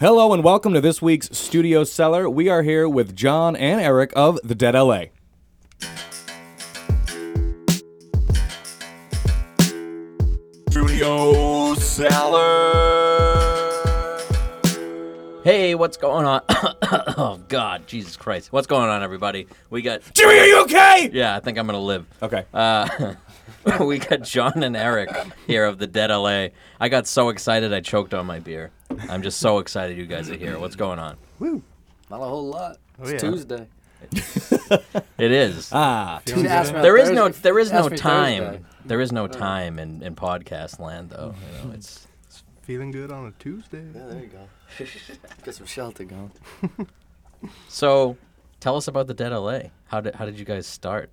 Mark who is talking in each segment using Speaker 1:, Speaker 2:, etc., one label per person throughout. Speaker 1: Hello and welcome to this week's Studio Cellar. We are here with John and Eric of The Dead LA.
Speaker 2: Studio Cellar.
Speaker 3: Hey, what's going on? oh God, Jesus Christ, what's going on, everybody? We got
Speaker 1: Jimmy, are you okay?
Speaker 3: yeah, I think I'm gonna live.
Speaker 1: Okay.
Speaker 3: Uh, we got John and Eric here of the Dead LA. I got so excited I choked on my beer. I'm just so excited you guys are here. What's going on?
Speaker 4: Not a whole lot. It's
Speaker 5: Oh, yeah.
Speaker 4: Tuesday.
Speaker 3: It is.
Speaker 1: ah,
Speaker 4: Dude, ask me on
Speaker 3: there is no
Speaker 4: Uh, Thursday.
Speaker 3: there is no
Speaker 4: Ask me
Speaker 3: time.
Speaker 4: Thursday.
Speaker 3: There is no time in, in podcast land though. You know, it's
Speaker 5: Feeling good on a Tuesday.
Speaker 4: Yeah, there you go. Get some shelter going.
Speaker 3: so. Tell us about the Dead LA. How did how did you guys start?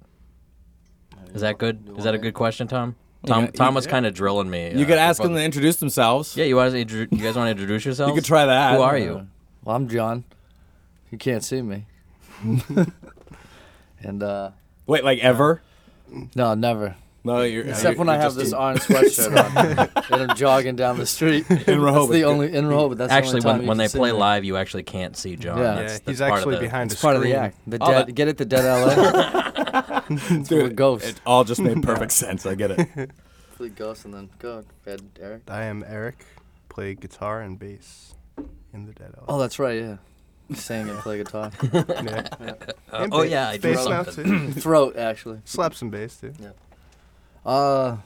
Speaker 3: Is that good? Is that a good question, Tom? Tom,
Speaker 1: Yeah,
Speaker 3: Tom was kind of drilling me.
Speaker 1: you
Speaker 3: uh,
Speaker 1: could ask
Speaker 3: about
Speaker 1: them to introduce themselves.
Speaker 3: Yeah, you want to intro- you guys want to introduce yourselves?
Speaker 1: You could try that.
Speaker 3: Who are you?
Speaker 4: Well, I'm John. You can't see me. and uh
Speaker 1: Wait, like ever?
Speaker 4: no, never.
Speaker 1: No, you're. uh,
Speaker 4: Except
Speaker 1: you're-
Speaker 4: when I
Speaker 1: you're
Speaker 4: have
Speaker 1: just
Speaker 4: this orange sweatshirt on and I'm jogging down the street. In
Speaker 1: Rehoboth.
Speaker 4: That's the only in Rehoboth. That's the
Speaker 3: Actually,
Speaker 4: only time
Speaker 3: when,
Speaker 4: you
Speaker 3: when
Speaker 4: can
Speaker 3: they
Speaker 4: see
Speaker 3: play
Speaker 4: me.
Speaker 3: live, you actually can't see John.
Speaker 4: Yeah.
Speaker 3: That's,
Speaker 5: yeah,
Speaker 3: that's
Speaker 5: he's
Speaker 3: part
Speaker 5: actually
Speaker 3: of the,
Speaker 5: behind a
Speaker 4: It's part of
Speaker 5: screen.
Speaker 4: the act. The
Speaker 1: Oh,
Speaker 4: dead.
Speaker 1: that-
Speaker 4: Get it, the dead LA.
Speaker 1: dude,
Speaker 4: We're ghosts.
Speaker 1: It all just made perfect sense. I get it.
Speaker 4: Fleet ghosts and then go bed Eric.
Speaker 5: I am Eric. Play guitar and bass in the Dead
Speaker 4: Oh,
Speaker 5: Elf.
Speaker 4: that's right. Yeah, sing and play guitar.
Speaker 5: yeah.
Speaker 3: Uh,
Speaker 5: And
Speaker 3: oh
Speaker 5: ba-
Speaker 3: yeah, I do
Speaker 5: bass now
Speaker 3: something.
Speaker 5: too.
Speaker 4: Throat actually.
Speaker 5: Slap some bass too.
Speaker 4: Uh,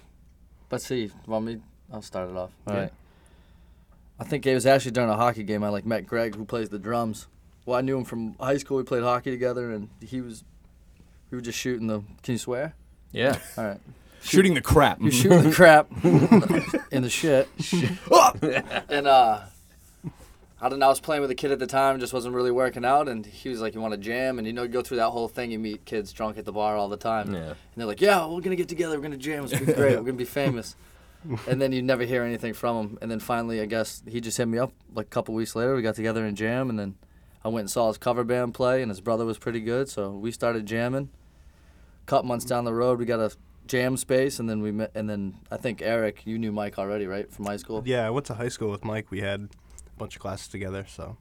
Speaker 4: let's see. Want me? I'll start it off. All right. I think it was actually during a hockey game. I like met Greg, who plays the drums. Well, I knew him from high school. We played hockey together, and he was. We were just shooting the. Can you swear?
Speaker 3: Yeah,
Speaker 4: All right.
Speaker 1: Shooting the crap. Mm-hmm.
Speaker 4: You're shooting the crap in the shit. and uh, I don't know. I was playing with a kid at the time, just wasn't really working out, and he was like, "You want to jam?" And you know, you go through that whole thing. You meet kids drunk at the bar all the time.
Speaker 3: yeah.
Speaker 4: And they're like, yeah, we're going to get together. We're going to jam. It's going to be great. We're going to be famous. And then you never hear anything from him. And then finally, I guess he just hit me up like a couple weeks later. We got together and jam. And then I went and saw his cover band play, and his brother was pretty good. So we started jamming. Couple months down the road, we got a jam space. And then we met. And then I think Eric, you knew Mike already, right? From high school?
Speaker 5: Yeah, I went to high school with Mike. We had a bunch of classes together, so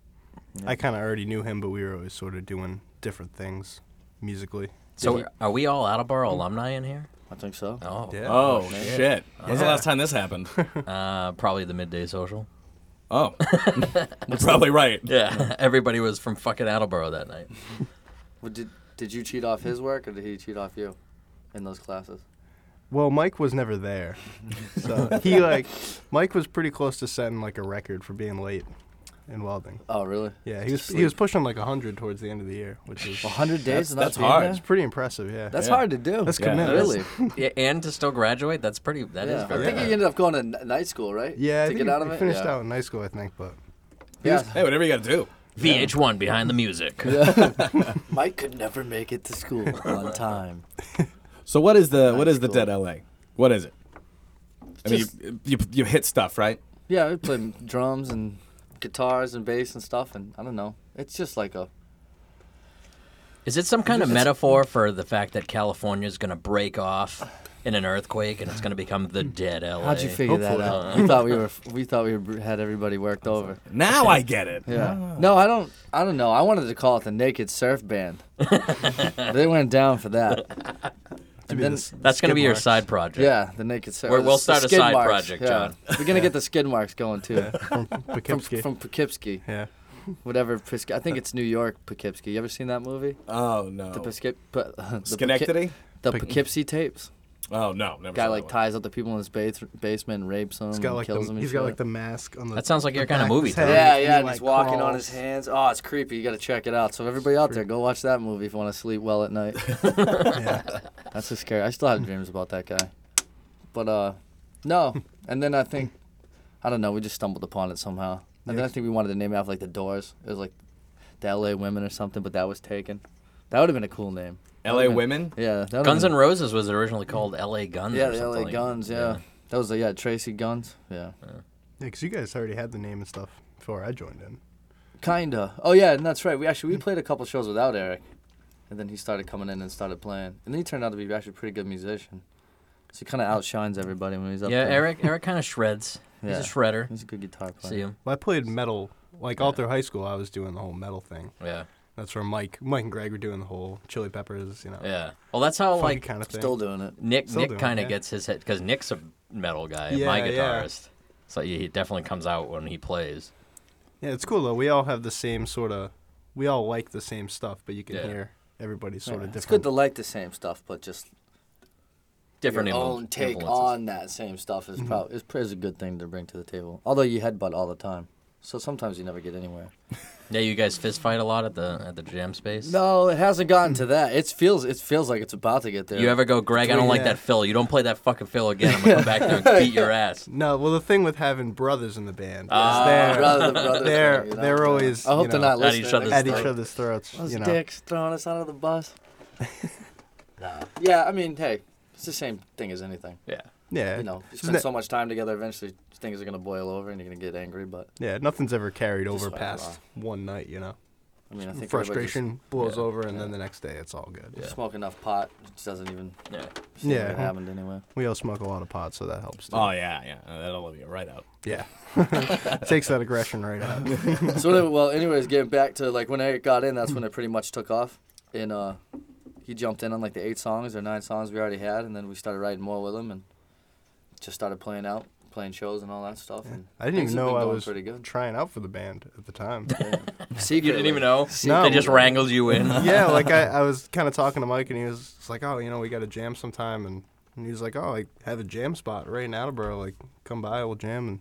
Speaker 5: I kind of already knew him, but we were always sort of doing different things musically.
Speaker 3: So
Speaker 4: he-
Speaker 3: are we all Attleboro alumni in here?
Speaker 4: I think so.
Speaker 3: Oh,
Speaker 5: Yeah.
Speaker 1: Oh shit! When's the
Speaker 5: Yeah.
Speaker 1: last time this happened?
Speaker 3: uh, probably the midday social.
Speaker 1: Oh, you're probably right.
Speaker 3: Yeah, everybody was from fucking Attleboro that night.
Speaker 4: Well, did, did you cheat off his work, or did he cheat off you in those classes?
Speaker 5: Well, Mike was never there, so he like Mike was pretty close to setting like a record for being late in welding.
Speaker 4: Oh, really?
Speaker 5: Yeah, he was he was pushing like hundred towards the end of the year, which is
Speaker 4: 100 days?
Speaker 1: That's-
Speaker 4: without
Speaker 1: that's
Speaker 4: being
Speaker 1: hard.
Speaker 4: there?
Speaker 5: it's pretty impressive. Yeah,
Speaker 4: That's
Speaker 1: Yeah.
Speaker 4: hard to do.
Speaker 5: That's
Speaker 1: Yeah,
Speaker 5: commitment.
Speaker 4: really.
Speaker 3: Yeah, and to still graduate, that's pretty. That is
Speaker 4: yeah. I
Speaker 3: very.
Speaker 4: think
Speaker 3: hard.
Speaker 4: he ended up going to n- night school, right?
Speaker 5: Yeah, I
Speaker 4: to
Speaker 5: think
Speaker 4: get
Speaker 5: he-
Speaker 4: out of
Speaker 5: he
Speaker 4: it.
Speaker 5: Finished
Speaker 4: yeah.
Speaker 5: out in high school, I think, but
Speaker 1: Hey,
Speaker 4: Yeah.
Speaker 1: whatever you gotta do.
Speaker 3: VH1 behind the music.
Speaker 4: Mike could never make it to school on time.
Speaker 1: So what is the what is the
Speaker 4: cool.
Speaker 1: dead LA? What is it? I mean,
Speaker 4: Just-
Speaker 1: you, you you hit stuff right?
Speaker 4: Yeah, we play drums and guitars and bass and stuff, and I don't know. It's just like a
Speaker 3: Is it some kind of metaphor for the fact that California is going to break off in an earthquake and it's going to become the dead LA?
Speaker 4: how'd you figure that
Speaker 3: Hopefully.
Speaker 4: out? we thought we were we thought we were, had everybody worked over.
Speaker 1: Now I get it.
Speaker 4: Yeah. No, I don't. I don't know. I wanted to call it the Naked Surf Band. they went down for that. And then-
Speaker 3: That's going to be your
Speaker 5: Skidmarks.
Speaker 3: side project.
Speaker 4: yeah, the Naked Surf.
Speaker 3: We're- we'll
Speaker 4: the
Speaker 3: start a
Speaker 4: skid
Speaker 3: side
Speaker 4: marks,
Speaker 3: project,
Speaker 4: yeah.
Speaker 3: John.
Speaker 4: We're gonna get the skid marks going too.
Speaker 5: from Poughkeepsie.
Speaker 4: From, from Poughkeepsie.
Speaker 5: yeah.
Speaker 4: whatever Poughkeepsie. I think it's New York Poughkeepsie. You ever seen that movie?
Speaker 1: Oh no.
Speaker 4: The Poughkeepsie, the Poughke-
Speaker 1: Schenectady?
Speaker 4: the Poughkeepsie tapes.
Speaker 1: Oh no, never.
Speaker 4: Guy
Speaker 1: saw
Speaker 4: like
Speaker 1: that one.
Speaker 4: ties up the people in his bas- basement, rapes them,
Speaker 5: He's got like
Speaker 4: kills
Speaker 5: the,
Speaker 4: them.
Speaker 5: he's got like the mask on the.
Speaker 3: That sounds like your
Speaker 5: the
Speaker 3: kind of
Speaker 5: back
Speaker 3: movie,
Speaker 5: his
Speaker 3: Tom.
Speaker 5: head,
Speaker 4: yeah,
Speaker 5: and
Speaker 4: yeah,
Speaker 5: he,
Speaker 4: and he's
Speaker 5: like,
Speaker 4: walking on
Speaker 5: crawls.
Speaker 4: his hands. Oh, it's creepy. You got to check it out. So everybody out there, go watch that movie if you want to sleep well at night. That's so scary. I still have dreams about that guy. But uh, no. And then I think, I don't know. We just stumbled upon it somehow. And then I think we wanted to name it after like the Doors. It was like the L.A. Women or something, but that was taken. That would have been a cool name. That
Speaker 1: LA
Speaker 4: would've been-
Speaker 1: women?
Speaker 4: Oh, Yeah. that would've
Speaker 3: Guns
Speaker 4: been-
Speaker 3: N' Roses was originally called LA Guns.
Speaker 4: Yeah,
Speaker 3: or
Speaker 4: the
Speaker 3: something
Speaker 4: L.A.
Speaker 3: like-
Speaker 4: Guns. Yeah. That was the yeah Tracy Guns. Yeah.
Speaker 5: Yeah, because you guys already had the name and stuff before I joined in.
Speaker 4: Kinda. Oh yeah, and that's right. We actually we played a couple shows without Eric, and then he started coming in and started playing, and he turned out to be actually a pretty good musician. So he kind of outshines everybody when he's up
Speaker 3: Yeah,
Speaker 4: there.
Speaker 3: Eric Eric kind of shreds. He's
Speaker 4: Yeah.
Speaker 3: a shredder.
Speaker 4: He's a good guitar player.
Speaker 3: See him.
Speaker 5: Well, I played metal Like all through high school, I was doing the whole metal thing.
Speaker 3: Yeah.
Speaker 5: That's where Mike, Mike and Greg were doing the whole Chili Peppers, you know,
Speaker 3: Yeah. Well, that's how
Speaker 5: funky
Speaker 3: like
Speaker 5: kind of thing.
Speaker 4: Still doing it.
Speaker 3: Nick
Speaker 5: Still
Speaker 3: Nick
Speaker 5: doing it,
Speaker 3: kind of
Speaker 5: yeah.
Speaker 3: gets his head because Nick's a metal guy, and
Speaker 5: Yeah,
Speaker 3: my
Speaker 5: yeah.
Speaker 3: guitarist. So he he definitely comes out when he plays.
Speaker 5: Yeah, it's cool though. We all have the same sort of, we all like the same stuff, but you can
Speaker 3: Yeah.
Speaker 5: hear everybody's sort of
Speaker 4: It's
Speaker 5: different.
Speaker 4: good to like the same stuff, but just
Speaker 3: Different
Speaker 4: your
Speaker 3: influ-
Speaker 4: own take
Speaker 3: influences.
Speaker 4: on that same stuff is probably is, is a good thing to bring to the table. Although you headbutt all the time, so sometimes you never get anywhere.
Speaker 3: Yeah, you guys fist fight a lot at the at the jam space.
Speaker 4: No, it hasn't gotten to that. It feels it feels like it's about to get there.
Speaker 3: You ever go, Greg? I don't like
Speaker 5: Yeah.
Speaker 3: that fill. You don't play that fucking fill again. I'm gonna come back there and beat your ass.
Speaker 5: no, well, the thing with having brothers in the band
Speaker 3: Ah.
Speaker 5: is they're,
Speaker 4: Rather than brothers,
Speaker 5: Uh, they're,
Speaker 4: you know,
Speaker 5: they're
Speaker 4: yeah.
Speaker 5: always
Speaker 4: I hope
Speaker 5: you
Speaker 4: they're
Speaker 5: know,
Speaker 4: not
Speaker 3: at
Speaker 4: listening.
Speaker 3: each other's
Speaker 5: at
Speaker 3: throat.
Speaker 5: each other's throats.
Speaker 4: Those
Speaker 5: you know.
Speaker 4: dicks throwing us under the bus. nah. Yeah, I mean, hey, it's the same thing as anything.
Speaker 3: Yeah.
Speaker 5: Yeah.
Speaker 4: You know, you
Speaker 5: Isn't
Speaker 4: spend
Speaker 5: it-
Speaker 4: so much time together, eventually things are gonna boil over, and you're gonna get angry. But
Speaker 5: yeah, nothing's ever carried over
Speaker 4: whatever.
Speaker 5: past one night, you know.
Speaker 4: I mean, I think everybody just-
Speaker 5: Frustration blows
Speaker 3: Yeah.
Speaker 5: over, and then the next day it's all good.
Speaker 3: Yeah.
Speaker 4: Smoke enough pot, it just doesn't even
Speaker 3: Yeah.
Speaker 4: seem
Speaker 5: Yeah.
Speaker 4: like it happened anyway.
Speaker 5: We all smoke a lot of pot, so that helps. Too.
Speaker 1: Oh yeah, yeah. Uh, That'll let you right out.
Speaker 5: yeah. Takes that aggression right out.
Speaker 4: so anyway, well, anyways, getting back to like when Eric got in, that's when it pretty much took off, and uh, he jumped in on like the eight songs or nine songs we already had, and then we started writing more with him, and just started playing out, playing shows and all that stuff. And
Speaker 5: I didn't
Speaker 4: things
Speaker 5: even
Speaker 4: have been
Speaker 5: know I
Speaker 4: going
Speaker 5: was
Speaker 4: pretty good.
Speaker 5: trying out for the band at the time.
Speaker 4: Secretly.
Speaker 3: You didn't even know.
Speaker 5: No.
Speaker 3: They just wrangled you in.
Speaker 5: yeah, like I, I was kind of talking to Mike, and he was just like, "Oh, you know, we got to jam sometime," and, and he was like, "Oh, I have a jam spot right in Attleboro. Like, come by, we'll jam." And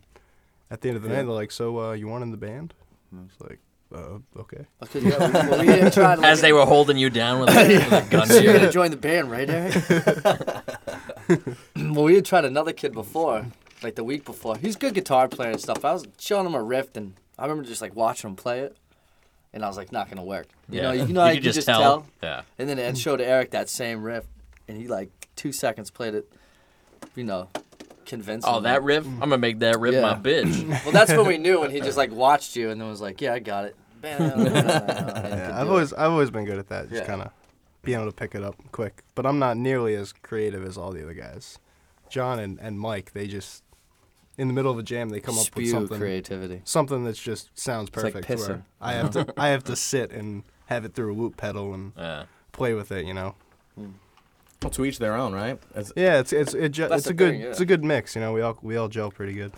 Speaker 5: at the end of the night, they're like, "So, uh, you want in the band?" And I was like, "Uh, okay."
Speaker 4: Because, yeah, we, well, we didn't try to, like,
Speaker 3: As they were holding you down with a, with a gun to
Speaker 4: You're
Speaker 3: your
Speaker 4: gonna join the band, right, Eric? well, we had tried another kid before, like the week before. He's a good guitar player and stuff. I was showing him a riff, and I remember just like watching him play it, and I was like, not gonna work. You know, you, know, how you
Speaker 3: could
Speaker 4: can just, tell.
Speaker 3: Yeah.
Speaker 4: And then Ed showed Eric that same riff, and he like two seconds played it, you know, convincing.
Speaker 3: Oh, that riff! I'm gonna make that riff my
Speaker 4: Yeah.
Speaker 3: bitch.
Speaker 4: Well, that's when we knew when he just like watched you and then was like, yeah, I got it. yeah,
Speaker 5: I've always, I've always been good at that, just
Speaker 4: Yeah.
Speaker 5: kind of being able to pick it up quick. But I'm not nearly as creative as all the other guys. John and, and Mike, they just in the middle of a jam, they come up
Speaker 4: spew
Speaker 5: with something,
Speaker 4: creativity.
Speaker 5: something that's just sounds
Speaker 4: like
Speaker 5: perfect.
Speaker 4: pissing.
Speaker 5: where I have to, I have to sit and have it through a loop pedal and
Speaker 3: Yeah.
Speaker 5: play with it, you know.
Speaker 1: Well, to each their own, right? As,
Speaker 5: Yeah, it's it's it ju-
Speaker 4: That's
Speaker 5: it's
Speaker 4: the
Speaker 5: a good
Speaker 4: thing, yeah.
Speaker 5: it's a good mix. You know, we all we all gel pretty good.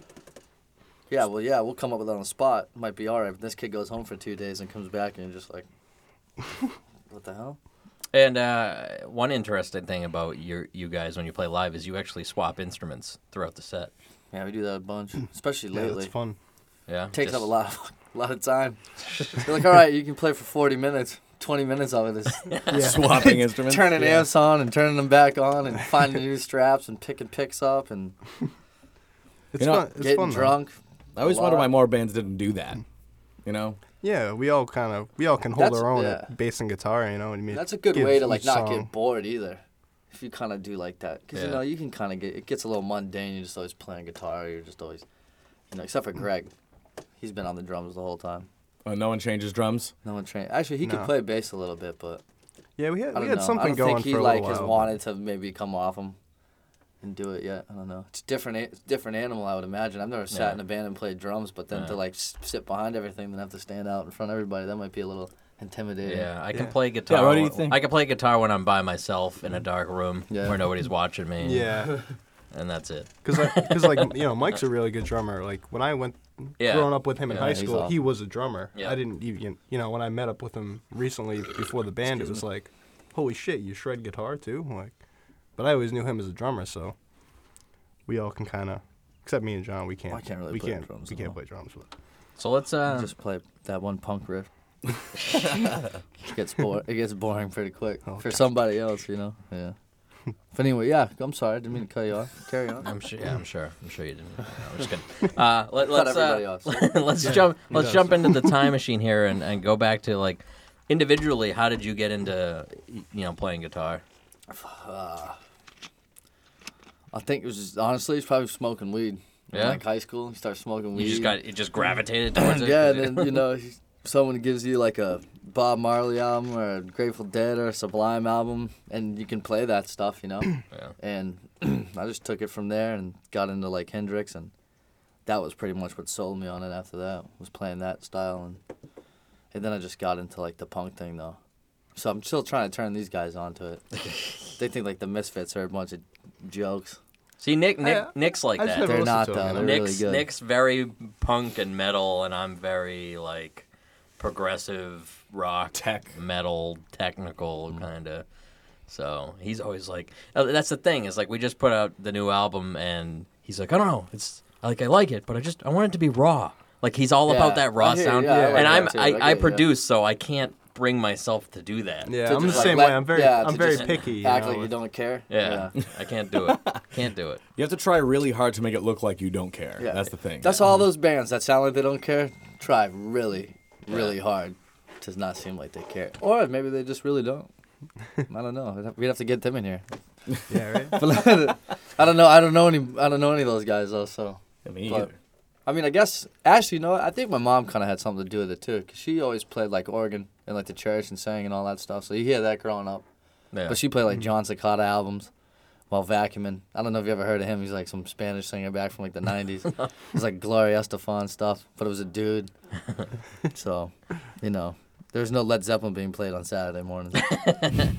Speaker 4: Yeah, well, yeah, we'll come up with it on the spot. Might be all right. But this kid goes home for two days and comes back and you're just like, what the hell?
Speaker 3: And uh, one interesting thing about your you guys when you play live is you actually swap instruments throughout the set.
Speaker 4: Yeah, we do that a bunch, especially
Speaker 5: Yeah,
Speaker 4: lately.
Speaker 5: it's fun.
Speaker 3: Yeah.
Speaker 4: Takes up
Speaker 3: Just-
Speaker 4: a lot, of, a lot of time. You're like, all right, you can play for 40 minutes. 20 minutes of it is
Speaker 1: Swapping instruments.
Speaker 4: turning amps on and turning them back on and finding new straps and picking picks up and
Speaker 5: It's
Speaker 1: You know,
Speaker 5: fun. It's
Speaker 4: getting
Speaker 5: fun. though.
Speaker 4: drunk.
Speaker 1: I always
Speaker 4: A
Speaker 1: wonder
Speaker 4: lot.
Speaker 1: why more bands didn't do that. You know,
Speaker 5: Yeah, we all kind of we all can hold
Speaker 4: That's-
Speaker 5: our own
Speaker 4: yeah.
Speaker 5: at bass and guitar. You know what I mean?
Speaker 4: That's a good
Speaker 5: Give
Speaker 4: way to like
Speaker 5: each
Speaker 4: not
Speaker 5: song-
Speaker 4: get bored either. If you kind of do like that, because
Speaker 3: Yeah.
Speaker 4: you know you can kind of get it gets a little mundane. You're just always playing guitar. You're just always, you know,
Speaker 5: Mm.
Speaker 4: except for Greg, he's been on the drums the whole time.
Speaker 1: uh, no one changes drums.
Speaker 4: No one trained. Actually, he could
Speaker 5: No.
Speaker 4: play bass a little bit, but
Speaker 5: Yeah, we had
Speaker 4: I don't
Speaker 5: we had
Speaker 4: know. I
Speaker 5: something
Speaker 4: don't
Speaker 5: going
Speaker 4: think he
Speaker 5: for a
Speaker 4: like
Speaker 5: little
Speaker 4: has
Speaker 5: while.
Speaker 4: wanted to maybe come off him and do it yet. I don't know. It's a different. a- It's a different animal, I would imagine. I've never sat
Speaker 3: Yeah.
Speaker 4: in a band and played drums, but then
Speaker 3: Yeah.
Speaker 4: to like s- sit behind everything, then have to stand out in front of everybody, that might be a little intimidating.
Speaker 3: Yeah, I can
Speaker 5: Yeah.
Speaker 3: play guitar.
Speaker 1: what do you
Speaker 3: when-
Speaker 1: think?
Speaker 3: I can play guitar when I'm by myself in a dark room
Speaker 4: Yeah.
Speaker 3: where nobody's watching me.
Speaker 5: Yeah,
Speaker 3: And that's it.
Speaker 5: because because like, you know Mike's a really good drummer. Like when I went
Speaker 3: Yeah.
Speaker 5: growing up with him in
Speaker 3: Yeah,
Speaker 5: high
Speaker 4: he's
Speaker 5: school,
Speaker 4: awesome.
Speaker 5: he was a drummer.
Speaker 3: Yeah.
Speaker 5: I didn't even you know when I met up with him recently before the band, it was like, holy shit, you shred guitar too. I'm Like, but I always knew him as a drummer, so we all can kind of. Except me and John, we can't.
Speaker 4: I can't really
Speaker 5: we
Speaker 4: play
Speaker 5: can't,
Speaker 4: drums
Speaker 5: We
Speaker 4: at
Speaker 5: can't
Speaker 4: all.
Speaker 5: play drums with.
Speaker 3: So let's uh
Speaker 4: just play that one punk riff. it gets boring. It gets boring pretty quick for somebody else, you know. Yeah. But anyway, yeah. I'm sorry. I didn't mean to cut you off. Carry on.
Speaker 3: I'm sure. Yeah, I'm sure. I'm sure you didn't. No, I'm just kidding. Uh, let,
Speaker 4: Cut
Speaker 3: let's
Speaker 4: everybody
Speaker 3: uh,
Speaker 4: off.
Speaker 3: let's jump. Let's
Speaker 5: does.
Speaker 3: jump into the time machine here and, and go back to like individually. How did you get into y- you know playing guitar?
Speaker 4: I think it was just, honestly, it's probably smoking weed. In,
Speaker 3: Yeah?
Speaker 4: Like high school, you start smoking weed.
Speaker 3: You just got it. Just gravitated towards it.
Speaker 4: yeah, and then you know, someone gives you like a Bob Marley album or a Grateful Dead or a Sublime album, and you can play that stuff, you know.
Speaker 3: Yeah.
Speaker 4: And I just took it from there and got into like Hendrix, and that was pretty much what sold me on it. After that, was playing that style, and and then I just got into like the punk thing though. So I'm still trying to turn these guys onto it. they think like the Misfits are a bunch of jokes.
Speaker 3: See, Nick, Nick,
Speaker 5: I-
Speaker 3: Nick's like
Speaker 5: I just
Speaker 3: that.
Speaker 5: never
Speaker 4: They're
Speaker 5: listened
Speaker 4: not,
Speaker 5: to 'em, you
Speaker 4: though.
Speaker 5: know?
Speaker 4: They're really
Speaker 3: Nick's
Speaker 4: good.
Speaker 3: Nick's very punk and metal, and I'm very like progressive rock,
Speaker 1: Tech.
Speaker 3: metal, technical kind of. So he's always like, uh, that's the thing is like we just put out the new album, and he's like, I don't know, it's like I like it, but I just I want it to be raw. Like he's all
Speaker 4: Yeah,
Speaker 3: about that raw
Speaker 4: I hear you,
Speaker 3: sound,
Speaker 4: yeah, I like
Speaker 3: and
Speaker 4: that
Speaker 3: I'm
Speaker 4: too, I
Speaker 3: I,
Speaker 4: get
Speaker 3: I,
Speaker 4: it, yeah.
Speaker 3: produce, so I can't bring myself to do that.
Speaker 5: Yeah,
Speaker 4: To
Speaker 5: I'm the
Speaker 4: just, like,
Speaker 5: same
Speaker 4: let-
Speaker 5: way. I'm very,
Speaker 4: yeah,
Speaker 5: I'm
Speaker 4: to
Speaker 5: very
Speaker 4: just
Speaker 5: picky. You
Speaker 4: Act
Speaker 5: know,
Speaker 4: like you
Speaker 5: with-
Speaker 4: don't care.
Speaker 3: Yeah, I can't do it. Can't do it.
Speaker 1: You have to try really hard to make it look like you don't care.
Speaker 4: Yeah.
Speaker 1: That's the thing.
Speaker 4: That's all those bands that sound like they don't care try really, really hard to not seem like they care. Or maybe they just really don't. I don't know. We'd have- We'd have to get them in here.
Speaker 5: Yeah, right.
Speaker 4: I don't know. I don't know any. I don't know any of those guys though. So,
Speaker 1: I mean,
Speaker 4: but, I mean, I guess actually, you know, what? I think my mom kind of had something to do with it too, because she always played like organ and like the church and sang and all that stuff. So you hear that growing up.
Speaker 3: Yeah.
Speaker 4: But she played like John Cicada albums while vacuuming. I don't know if you ever heard of him. He's like some Spanish singer back from like the 90s. It's like Gloria Estefan stuff, but it was a dude. so, you know, there's no Led Zeppelin being played on Saturday mornings.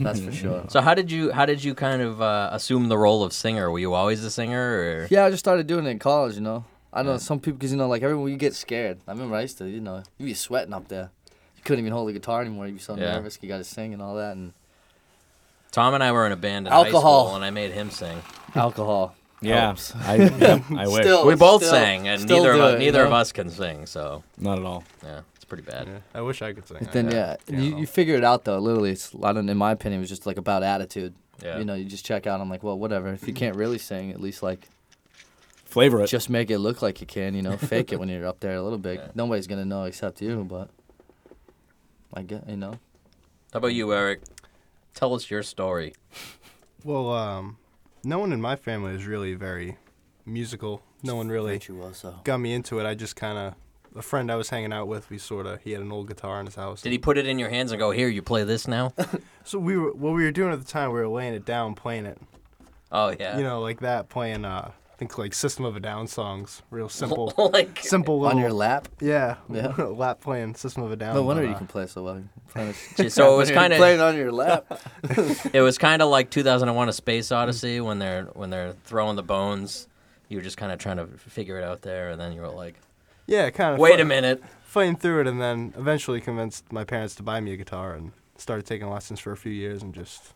Speaker 4: That's for sure.
Speaker 3: So how did you how did you kind of uh, assume the role of singer? Were you always a singer? Or?
Speaker 4: Yeah, I just started doing it in college, you know. I know some people, because, you know, like everyone, you get scared. I remember I used to, you know, you'd be sweating up there. You couldn't even hold the guitar anymore. You'd be so
Speaker 3: Yeah.
Speaker 4: nervous. You got to sing and all that. And
Speaker 3: Tom and I were in a band in high
Speaker 4: Alcohol.
Speaker 3: school, and I made him sing.
Speaker 4: alcohol.
Speaker 1: yeah,
Speaker 4: helps.
Speaker 1: I, yeah, I wish.
Speaker 4: Still-
Speaker 3: we both
Speaker 4: Oh, still-
Speaker 3: sang, and
Speaker 4: still
Speaker 3: neither of
Speaker 4: do
Speaker 3: us,
Speaker 4: it, you
Speaker 3: neither of
Speaker 4: know?
Speaker 3: us can sing. So
Speaker 1: Not at all.
Speaker 3: yeah, it's pretty bad.
Speaker 5: Yeah, I wish I could sing.
Speaker 4: Then yeah, you, you figure it out though. Literally, it's I don't. In my opinion, it was just like about attitude.
Speaker 3: Yeah.
Speaker 4: You know, you just check out. I'm like, well, whatever. If you can't really sing, at least like
Speaker 1: Flavor it.
Speaker 4: just make it look like you can. You know, fake it when you're up there a little bit. Nobody's gonna know except you. But I get you know.
Speaker 3: How about you, Eric? Tell us your story.
Speaker 5: Well, um, no one in my family is really very musical. No one really
Speaker 4: Virtuoso.
Speaker 5: got me into it. I just kind of a friend I was hanging out with. We sort of he had an old guitar in his house.
Speaker 3: Did he put it in your hands and go, "Here, you play this now"?
Speaker 5: So we were what we were doing at the time. We were laying it down, playing it.
Speaker 3: oh yeah.
Speaker 5: You know, like that, playing. uh I think like System of a Down songs. Real simple,
Speaker 3: like
Speaker 5: simple
Speaker 4: On
Speaker 5: little.
Speaker 4: your lap.
Speaker 5: yeah,
Speaker 4: Yeah.
Speaker 5: lap playing System of a Down.
Speaker 4: No wonder
Speaker 5: but,
Speaker 4: you
Speaker 5: uh,
Speaker 4: can play so well. You're playing
Speaker 3: so it was kind
Speaker 4: playing
Speaker 3: of
Speaker 4: on your lap.
Speaker 3: it was kind of like 2001: A Space
Speaker 4: Mm-hmm.
Speaker 3: Odyssey when they're when they're throwing the bones. You were just kind of trying to figure it out there, and then you were like,
Speaker 5: Yeah, kind of.
Speaker 3: "Wait a minute."
Speaker 5: fighting through it and then eventually convinced my parents to buy me a guitar and started taking lessons for a few years and just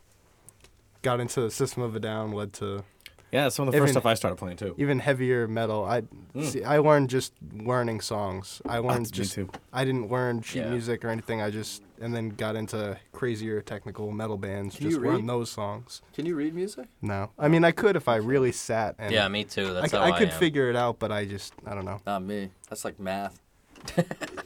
Speaker 5: got into the system of a down led to
Speaker 1: Yeah, some of the first
Speaker 5: Even-
Speaker 1: stuff I started playing too.
Speaker 5: even heavier metal i see i learned just learning songs i learned
Speaker 1: me
Speaker 5: just
Speaker 1: too.
Speaker 5: i didn't learn sheet
Speaker 3: Yeah.
Speaker 5: music or anything i just and then got into crazier technical metal bands
Speaker 4: Can you
Speaker 5: just learned
Speaker 4: read?
Speaker 5: those songs
Speaker 4: Can you read music?
Speaker 5: no i mean i could if i really sat and
Speaker 3: Yeah, me too.
Speaker 5: I,
Speaker 3: That's
Speaker 5: c-
Speaker 3: how
Speaker 5: I could
Speaker 3: am.
Speaker 5: figure it out but i just i don't know
Speaker 4: Not me. That's like math.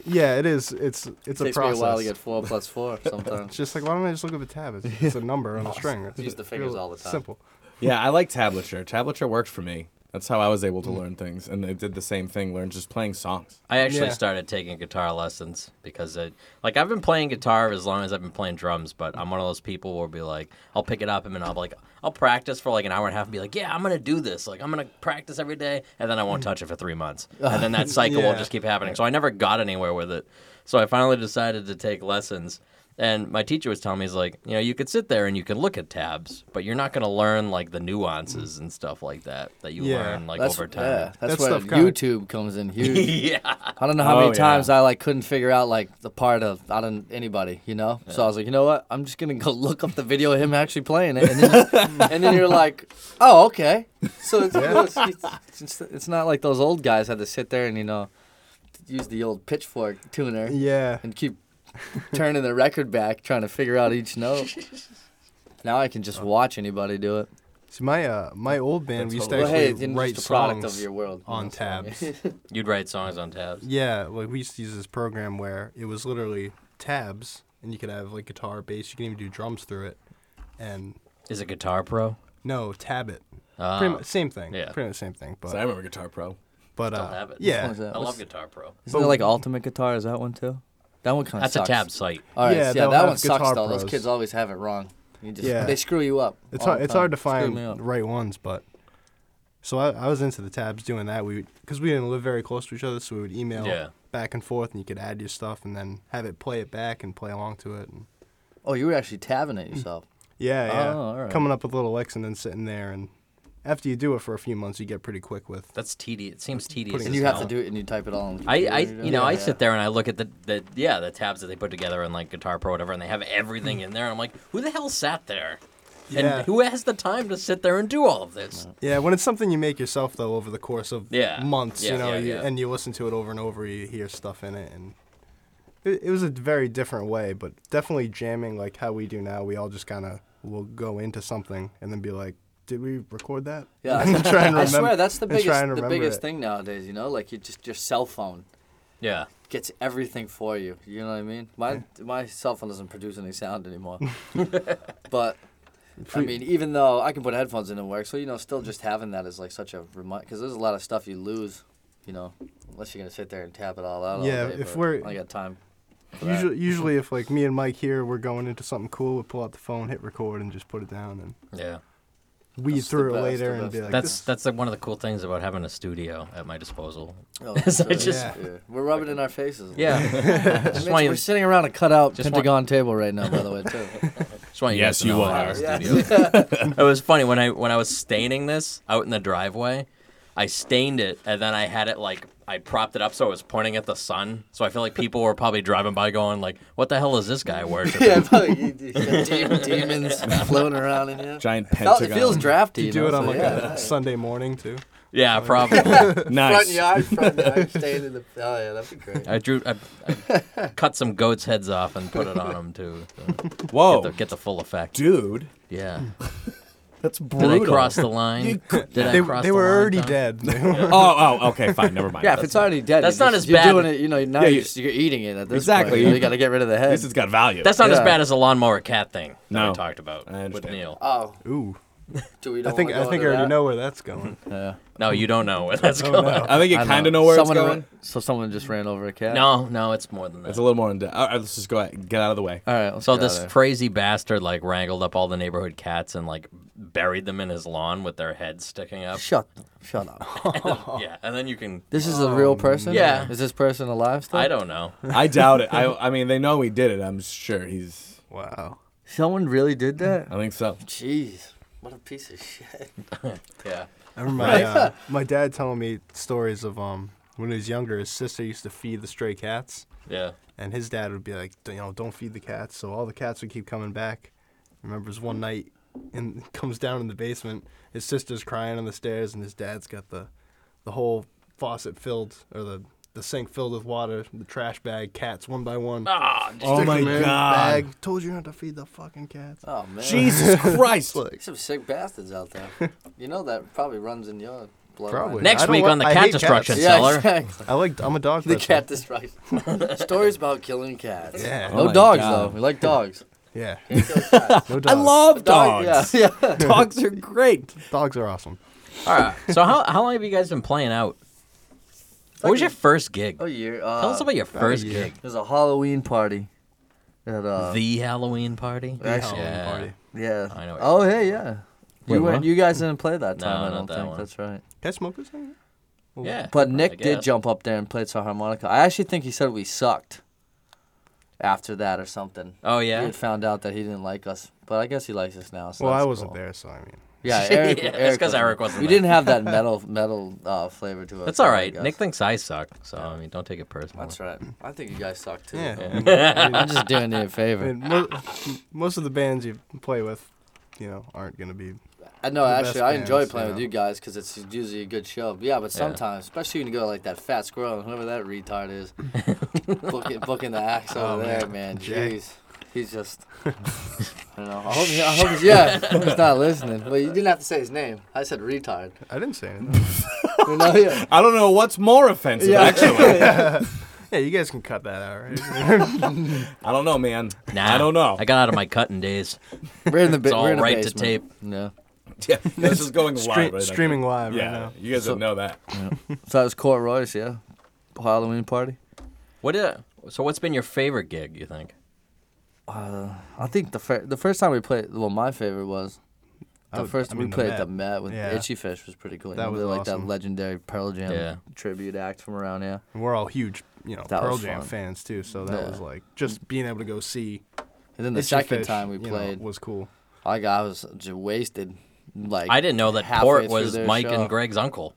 Speaker 5: yeah it is it's it's
Speaker 4: It
Speaker 5: a
Speaker 4: takes
Speaker 5: process
Speaker 4: me a while to get four plus four sometimes.
Speaker 5: It's just like, why don't I just look up a tab? It's, it's a number on a string. It's
Speaker 4: Use the fingers
Speaker 5: real
Speaker 4: all the time.
Speaker 5: Simple.
Speaker 1: Yeah, I like tablature. Tablature worked for me. That's how I was able to
Speaker 4: Mm.
Speaker 1: learn things, and they did the same thing. Learn just playing songs.
Speaker 3: I actually
Speaker 5: Yeah.
Speaker 3: started taking guitar lessons because, I, like, I've been playing guitar as long as I've been playing drums, but I'm one of those people where be like, I'll pick it up and then I'll be like, I'll practice for like an hour and a half and be like, yeah, I'm gonna do this, like, I'm gonna practice every day, and then I won't touch it for three months, and then that cycle will
Speaker 5: Yeah.
Speaker 3: just keep happening. So I never got anywhere with it. So I finally decided to take lessons, and my teacher was telling me, he's like, you know, you could sit there and you could look at tabs, but you're not gonna learn like the nuances and stuff like that that you
Speaker 5: Mm. Yeah.
Speaker 3: learn like over
Speaker 4: Yeah,
Speaker 3: time.
Speaker 4: that's
Speaker 5: That
Speaker 4: where
Speaker 5: stuff kinda-
Speaker 4: YouTube comes in huge.
Speaker 3: yeah.
Speaker 4: I don't know how
Speaker 1: Oh,
Speaker 4: many
Speaker 1: yeah.
Speaker 4: times I like couldn't figure out like the part of I don't anybody, you know. So I was like, you know what? I'm just gonna go look up the video of him actually playing it, and then, and then you're like, oh, okay. So it's, it's, it's it's not like those old guys had to sit there and you know use the old pitchfork tuner
Speaker 5: Yeah.
Speaker 4: and keep turning the record back trying to figure out each note. Now I can just watch anybody do it.
Speaker 5: See, my uh, my old band, Oh. we used to
Speaker 4: Well,
Speaker 5: actually
Speaker 4: hey, it's just
Speaker 5: write
Speaker 4: a product
Speaker 5: songs
Speaker 4: of your world you
Speaker 5: on
Speaker 4: know, so-
Speaker 5: tabs.
Speaker 3: You'd write songs on tabs.
Speaker 5: yeah, like we used to use this program where it was literally tabs, and you could have like guitar, bass. You can even do drums through it, and
Speaker 3: Is it Guitar Pro?
Speaker 5: no, tab it.
Speaker 3: Ah.
Speaker 5: pretty much same thing.
Speaker 3: Yeah.
Speaker 5: Pretty much same thing. But
Speaker 1: So I remember Guitar Pro.
Speaker 5: but
Speaker 3: Still
Speaker 5: uh,
Speaker 3: have it.
Speaker 5: yeah,
Speaker 4: Which one's that?
Speaker 3: I love Guitar Pro.
Speaker 4: Isn't there like Ultimate Guitar? Is that one too? That one kind of
Speaker 3: That's
Speaker 4: sucks. Oh.
Speaker 3: a tab site.
Speaker 4: All right,
Speaker 5: Yeah,
Speaker 4: yeah,
Speaker 5: they'll
Speaker 4: that
Speaker 5: have
Speaker 4: one sucks
Speaker 5: guitar
Speaker 4: though. Those
Speaker 5: pros.
Speaker 4: kids always have it wrong. You just,
Speaker 5: Yeah.
Speaker 4: They screw you up.
Speaker 5: it's
Speaker 4: all
Speaker 5: hard,
Speaker 4: the
Speaker 5: it's
Speaker 4: time.
Speaker 5: hard to
Speaker 4: Screw me up.
Speaker 5: find right ones, but So I, I was into the tabs doing that. We because we didn't live very close to each other, so we would email
Speaker 3: Yeah.
Speaker 5: back and forth, and you could add your stuff and then have it play it back and play along to it. And
Speaker 4: Oh, you were actually tabbing
Speaker 5: Mm.
Speaker 4: it yourself.
Speaker 5: yeah, yeah,
Speaker 4: Oh, all right.
Speaker 5: coming up with little licks and then sitting there. And after you do it for a few months, you get pretty quick with.
Speaker 3: That's tedious. It seems tedious.
Speaker 5: Putting-
Speaker 4: and
Speaker 3: as
Speaker 4: you have
Speaker 3: hell.
Speaker 4: to do it and you type it all on the
Speaker 3: I,
Speaker 4: computer
Speaker 3: I,
Speaker 4: and
Speaker 3: you know, I
Speaker 4: yeah.
Speaker 3: sit there and I look at the, the, yeah, the tabs that they put together in like Guitar Pro or whatever, and they have everything in there. And I'm like, who the hell sat there?
Speaker 5: Yeah.
Speaker 3: And who has the time to sit there and do all of this?
Speaker 5: Yeah, when it's something you make yourself though over the course of
Speaker 3: Yeah.
Speaker 5: months,
Speaker 3: Yeah,
Speaker 5: you know,
Speaker 3: yeah,
Speaker 5: you,
Speaker 3: yeah.
Speaker 5: and you listen to it over and over, you hear stuff in it, and it, it was a very different way, but definitely jamming like how we do now. We all just kind of will go into something and then be like, "Did we record that?"
Speaker 4: Yeah,
Speaker 5: and try and
Speaker 4: I
Speaker 5: remember-
Speaker 4: swear that's the
Speaker 5: and try
Speaker 4: biggest,
Speaker 5: and
Speaker 4: the
Speaker 5: remember
Speaker 4: biggest
Speaker 5: it.
Speaker 4: thing nowadays. You know, like you just your cell phone
Speaker 3: Yeah.
Speaker 4: gets everything for you. You know what I mean? My my cell phone doesn't produce any sound anymore. but I
Speaker 5: we-
Speaker 4: mean, even though I can put headphones in and work, so you know, still just having that is like such a remind because there's a lot of stuff you lose. You know, unless you're gonna sit there and tap it all out.
Speaker 5: Yeah,
Speaker 4: all day,
Speaker 5: if
Speaker 4: but
Speaker 5: we're-
Speaker 4: I got time. for that.
Speaker 5: Usually, usually if like me and Mike here, we're going into something cool, we pull out the phone, hit record, and just put it down and
Speaker 3: Yeah.
Speaker 5: weed
Speaker 4: That's the
Speaker 5: through it
Speaker 4: best,
Speaker 5: later
Speaker 4: the
Speaker 5: and be
Speaker 4: best.
Speaker 5: like,
Speaker 3: that's
Speaker 5: "This-
Speaker 3: that's like one of the cool things about having a studio at my disposal.
Speaker 4: Oh,
Speaker 3: It's
Speaker 4: sure.
Speaker 3: like just-
Speaker 5: Yeah.
Speaker 4: We're rubbing it in our faces.
Speaker 3: Yeah.
Speaker 4: Mitch,
Speaker 3: just want you,
Speaker 4: we're sitting around a cutout
Speaker 3: Just want-
Speaker 4: pentagon table right now, by the way. Too.
Speaker 3: just want you
Speaker 1: Yes,
Speaker 3: guys to
Speaker 1: you
Speaker 3: know I have
Speaker 1: are.
Speaker 3: a
Speaker 4: Yeah.
Speaker 3: studio. it was funny when I when I was staining this out in the driveway. I stained it and then I had it like I propped it up so it was pointing at the sun. So I feel like people were probably driving by going like, "What the hell is this guy worshiping?"
Speaker 4: yeah, probably you- you got dem- demons floating around in here.
Speaker 1: Giant
Speaker 4: Felt-
Speaker 1: pentagon.
Speaker 4: It feels drafty.
Speaker 5: you
Speaker 4: you
Speaker 5: do
Speaker 4: know,
Speaker 5: it on
Speaker 4: so
Speaker 5: like
Speaker 4: yeah.
Speaker 5: a Sunday morning too."
Speaker 3: yeah, probably.
Speaker 1: Nice.
Speaker 4: Front yard, front yard, staying in the. Oh yeah, that'd be great.
Speaker 3: I drew. I, I cut some goats' heads off and put it on them too. So
Speaker 1: Whoa,
Speaker 3: get, the, get the full effect.
Speaker 1: Oh. dude,
Speaker 3: Yeah.
Speaker 1: that's
Speaker 3: Did
Speaker 1: brutal.
Speaker 3: I cross the line? Did I
Speaker 5: They,
Speaker 3: cross
Speaker 5: they
Speaker 3: the
Speaker 5: were
Speaker 3: line,
Speaker 5: already
Speaker 3: Tom?
Speaker 5: dead.
Speaker 1: Oh, oh, okay, fine, never mind.
Speaker 4: Yeah, if
Speaker 1: That's
Speaker 4: it's already dead,
Speaker 3: that's
Speaker 4: you're
Speaker 3: not
Speaker 4: just-
Speaker 3: as
Speaker 4: you're
Speaker 3: bad.
Speaker 4: Doing it, you know, now
Speaker 1: Yeah,
Speaker 4: you're,
Speaker 1: you-
Speaker 4: just, you're eating it at this
Speaker 1: Exactly.
Speaker 4: point. You got to get rid of the head.
Speaker 1: This has got value.
Speaker 3: That's not as
Speaker 4: Yeah.
Speaker 3: bad as the lawnmower cat thing that
Speaker 1: No.
Speaker 3: we talked about
Speaker 1: I
Speaker 3: with
Speaker 1: understand.
Speaker 3: Neil.
Speaker 4: oh,
Speaker 5: Ooh,
Speaker 4: do we?
Speaker 5: I
Speaker 4: Don't
Speaker 5: think
Speaker 4: wanna
Speaker 5: I
Speaker 4: go
Speaker 5: think I
Speaker 4: into
Speaker 5: already
Speaker 4: that?
Speaker 5: know where that's going.
Speaker 4: Yeah.
Speaker 3: No, you don't know where that's going.
Speaker 1: I think you
Speaker 4: I
Speaker 1: kind of know where
Speaker 4: someone
Speaker 1: it's
Speaker 4: ra-
Speaker 1: going.
Speaker 4: so someone just ran over a cat.
Speaker 3: No, no, it's more than that.
Speaker 1: It's a little more in depth. All right, let's just go ahead, get out of the way.
Speaker 4: All right. Let's
Speaker 3: so
Speaker 4: get out of
Speaker 3: this
Speaker 4: there.
Speaker 3: crazy bastard like wrangled up all the neighborhood cats and like buried them in his lawn with their heads sticking up.
Speaker 4: shut shut up.
Speaker 3: yeah, and then you can.
Speaker 4: this is a real person.
Speaker 3: Yeah.
Speaker 4: Is this person alive still?
Speaker 3: I don't know.
Speaker 1: I doubt it. I, I mean, they know he did it. I'm sure he's.
Speaker 5: Wow.
Speaker 4: Someone really did that.
Speaker 1: I think so.
Speaker 4: Jeez, what a piece of shit.
Speaker 3: Yeah.
Speaker 5: I remember my, uh, my dad telling me stories of um when he was younger, his sister used to feed the stray cats,
Speaker 3: Yeah.
Speaker 5: and his dad would be like, "D- you know, don't feed the cats. So all the cats would keep coming back. Remembers one night, and comes down in the basement. His sister's crying on the stairs, and his dad's got the the whole faucet filled or the the sink filled with water, the trash bag, cats one by one.
Speaker 3: Ah, j-
Speaker 1: Oh
Speaker 5: Stick 'em
Speaker 1: my
Speaker 5: in the
Speaker 1: god.
Speaker 5: Bag. Told you not to feed the fucking cats.
Speaker 4: Oh man.
Speaker 1: Jesus Christ.
Speaker 5: Like,
Speaker 4: Some sick bastards out there. you know that probably runs in your blood.
Speaker 5: Probably. I
Speaker 3: Next
Speaker 5: don't
Speaker 3: week
Speaker 5: want-
Speaker 3: on the
Speaker 5: I
Speaker 3: cat
Speaker 5: hate cats.
Speaker 3: destruction
Speaker 5: Yeah,
Speaker 4: Yeah,
Speaker 3: cellar.
Speaker 4: exactly.
Speaker 5: I like. I'm a dog.
Speaker 4: The
Speaker 5: person.
Speaker 4: cat destroys. Stories about killing cats.
Speaker 5: Yeah.
Speaker 1: Oh
Speaker 4: No
Speaker 1: my
Speaker 4: dogs
Speaker 1: God.
Speaker 4: though. We like dogs.
Speaker 5: Yeah.
Speaker 4: Can't kill cats.
Speaker 5: No
Speaker 1: I
Speaker 5: dogs.
Speaker 1: love dogs.
Speaker 4: Yeah, yeah.
Speaker 1: Dogs are great.
Speaker 5: dogs are awesome.
Speaker 3: all right. So how how long have you guys been playing out? What was your first gig?
Speaker 4: Oh, year. Uh,
Speaker 3: Tell us about your first
Speaker 5: year.
Speaker 3: gig.
Speaker 4: There's a Halloween party. At, uh,
Speaker 3: The Halloween party.
Speaker 4: The Actually,
Speaker 5: Halloween
Speaker 3: yeah.
Speaker 5: party.
Speaker 4: yeah.
Speaker 3: I know what
Speaker 4: Oh hey, yeah.
Speaker 1: Wait,
Speaker 4: you
Speaker 1: what?
Speaker 4: weren't, you guys didn't play that
Speaker 3: No,
Speaker 4: time. I
Speaker 3: not
Speaker 4: don't
Speaker 3: that
Speaker 4: think
Speaker 3: one.
Speaker 4: that's right.
Speaker 5: Can I smoke this thing?
Speaker 3: Yeah.
Speaker 4: But
Speaker 3: I
Speaker 4: Nick did
Speaker 3: guess.
Speaker 4: jump up there and played some harmonica. I actually think he said we sucked. After that or something.
Speaker 3: Oh
Speaker 4: We
Speaker 3: yeah.
Speaker 4: had found out that he didn't like us, but I guess he likes us now. So
Speaker 5: Well,
Speaker 4: that's
Speaker 5: I wasn't
Speaker 4: cool.
Speaker 5: there, so I mean,
Speaker 4: Yeah, Eric.
Speaker 3: Yeah, that's
Speaker 4: Eric
Speaker 3: 'cause Eric wasn't
Speaker 4: We
Speaker 3: there.
Speaker 4: didn't have that metal metal uh, flavor to it.
Speaker 3: That's all
Speaker 4: I
Speaker 3: right.
Speaker 4: guess.
Speaker 3: Nick thinks I suck, so I mean, don't take it personally.
Speaker 4: That's right. I think you guys suck too.
Speaker 5: yeah.
Speaker 4: but
Speaker 5: I mean,
Speaker 4: I'm just doing you a
Speaker 5: I
Speaker 4: favor.
Speaker 5: mean, mo- most of the bands you play with, you know, aren't gonna be.
Speaker 4: I know.
Speaker 5: the
Speaker 4: Actually,
Speaker 5: best
Speaker 4: I enjoy
Speaker 5: bands,
Speaker 4: playing
Speaker 5: you
Speaker 4: with
Speaker 5: know.
Speaker 4: you guys because it's usually a good show. Yeah, but sometimes, especially when you go like that fat squirrel and whoever that retard is, booking booking the axe
Speaker 5: Oh,
Speaker 4: over there,
Speaker 5: man.
Speaker 4: man.
Speaker 5: Jack.
Speaker 4: Jeez, he's just. I don't know. I hope, he- I hope he's, yeah, I hope he's not listening. But you didn't have to say his name. I said retard.
Speaker 5: I didn't say anything.
Speaker 4: You know, yeah.
Speaker 1: I don't know what's more offensive, actually.
Speaker 5: yeah, you guys can cut that out, right?
Speaker 1: I don't know, man.
Speaker 3: Nah,
Speaker 1: I don't know.
Speaker 3: I got out of my cutting days.
Speaker 4: We're in the ba-
Speaker 3: It's all
Speaker 4: we're in the
Speaker 3: right to
Speaker 4: basement.
Speaker 3: tape.
Speaker 4: Yeah.
Speaker 1: Yeah, this is going live.
Speaker 5: Stre-
Speaker 1: right now.
Speaker 5: streaming live
Speaker 1: Yeah,
Speaker 5: right now.
Speaker 1: you guys
Speaker 4: So-
Speaker 1: didn't know that.
Speaker 4: So that was Court Royce, yeah. Halloween party.
Speaker 3: What? Is, so, what's been your favorite gig? You think?
Speaker 4: I think the fir- the first time we played, well, my favorite was The
Speaker 5: would-
Speaker 4: first
Speaker 5: Oh, I
Speaker 4: we
Speaker 5: mean, the
Speaker 4: played at
Speaker 5: Met.
Speaker 4: the Met with
Speaker 5: Yeah.
Speaker 4: Itchy Fish was pretty cool.
Speaker 5: That
Speaker 4: That was
Speaker 5: was
Speaker 4: like that
Speaker 5: awesome.
Speaker 4: legendary Pearl Jam
Speaker 3: Yeah.
Speaker 4: tribute act from around here.
Speaker 5: And we're all huge, you know,
Speaker 4: That
Speaker 5: Pearl
Speaker 4: was
Speaker 5: Jam
Speaker 4: fun.
Speaker 5: fans too. So that
Speaker 4: Yeah.
Speaker 5: was like just being able to go see.
Speaker 4: And then the
Speaker 5: Itchy
Speaker 4: second
Speaker 5: Fish,
Speaker 4: time we
Speaker 5: you know,
Speaker 4: played,
Speaker 5: was cool.
Speaker 4: like I was just wasted. Like
Speaker 3: I didn't know that
Speaker 4: halfway
Speaker 3: Port
Speaker 4: through
Speaker 3: was
Speaker 4: their
Speaker 3: Mike
Speaker 4: show.
Speaker 3: and Greg's uncle.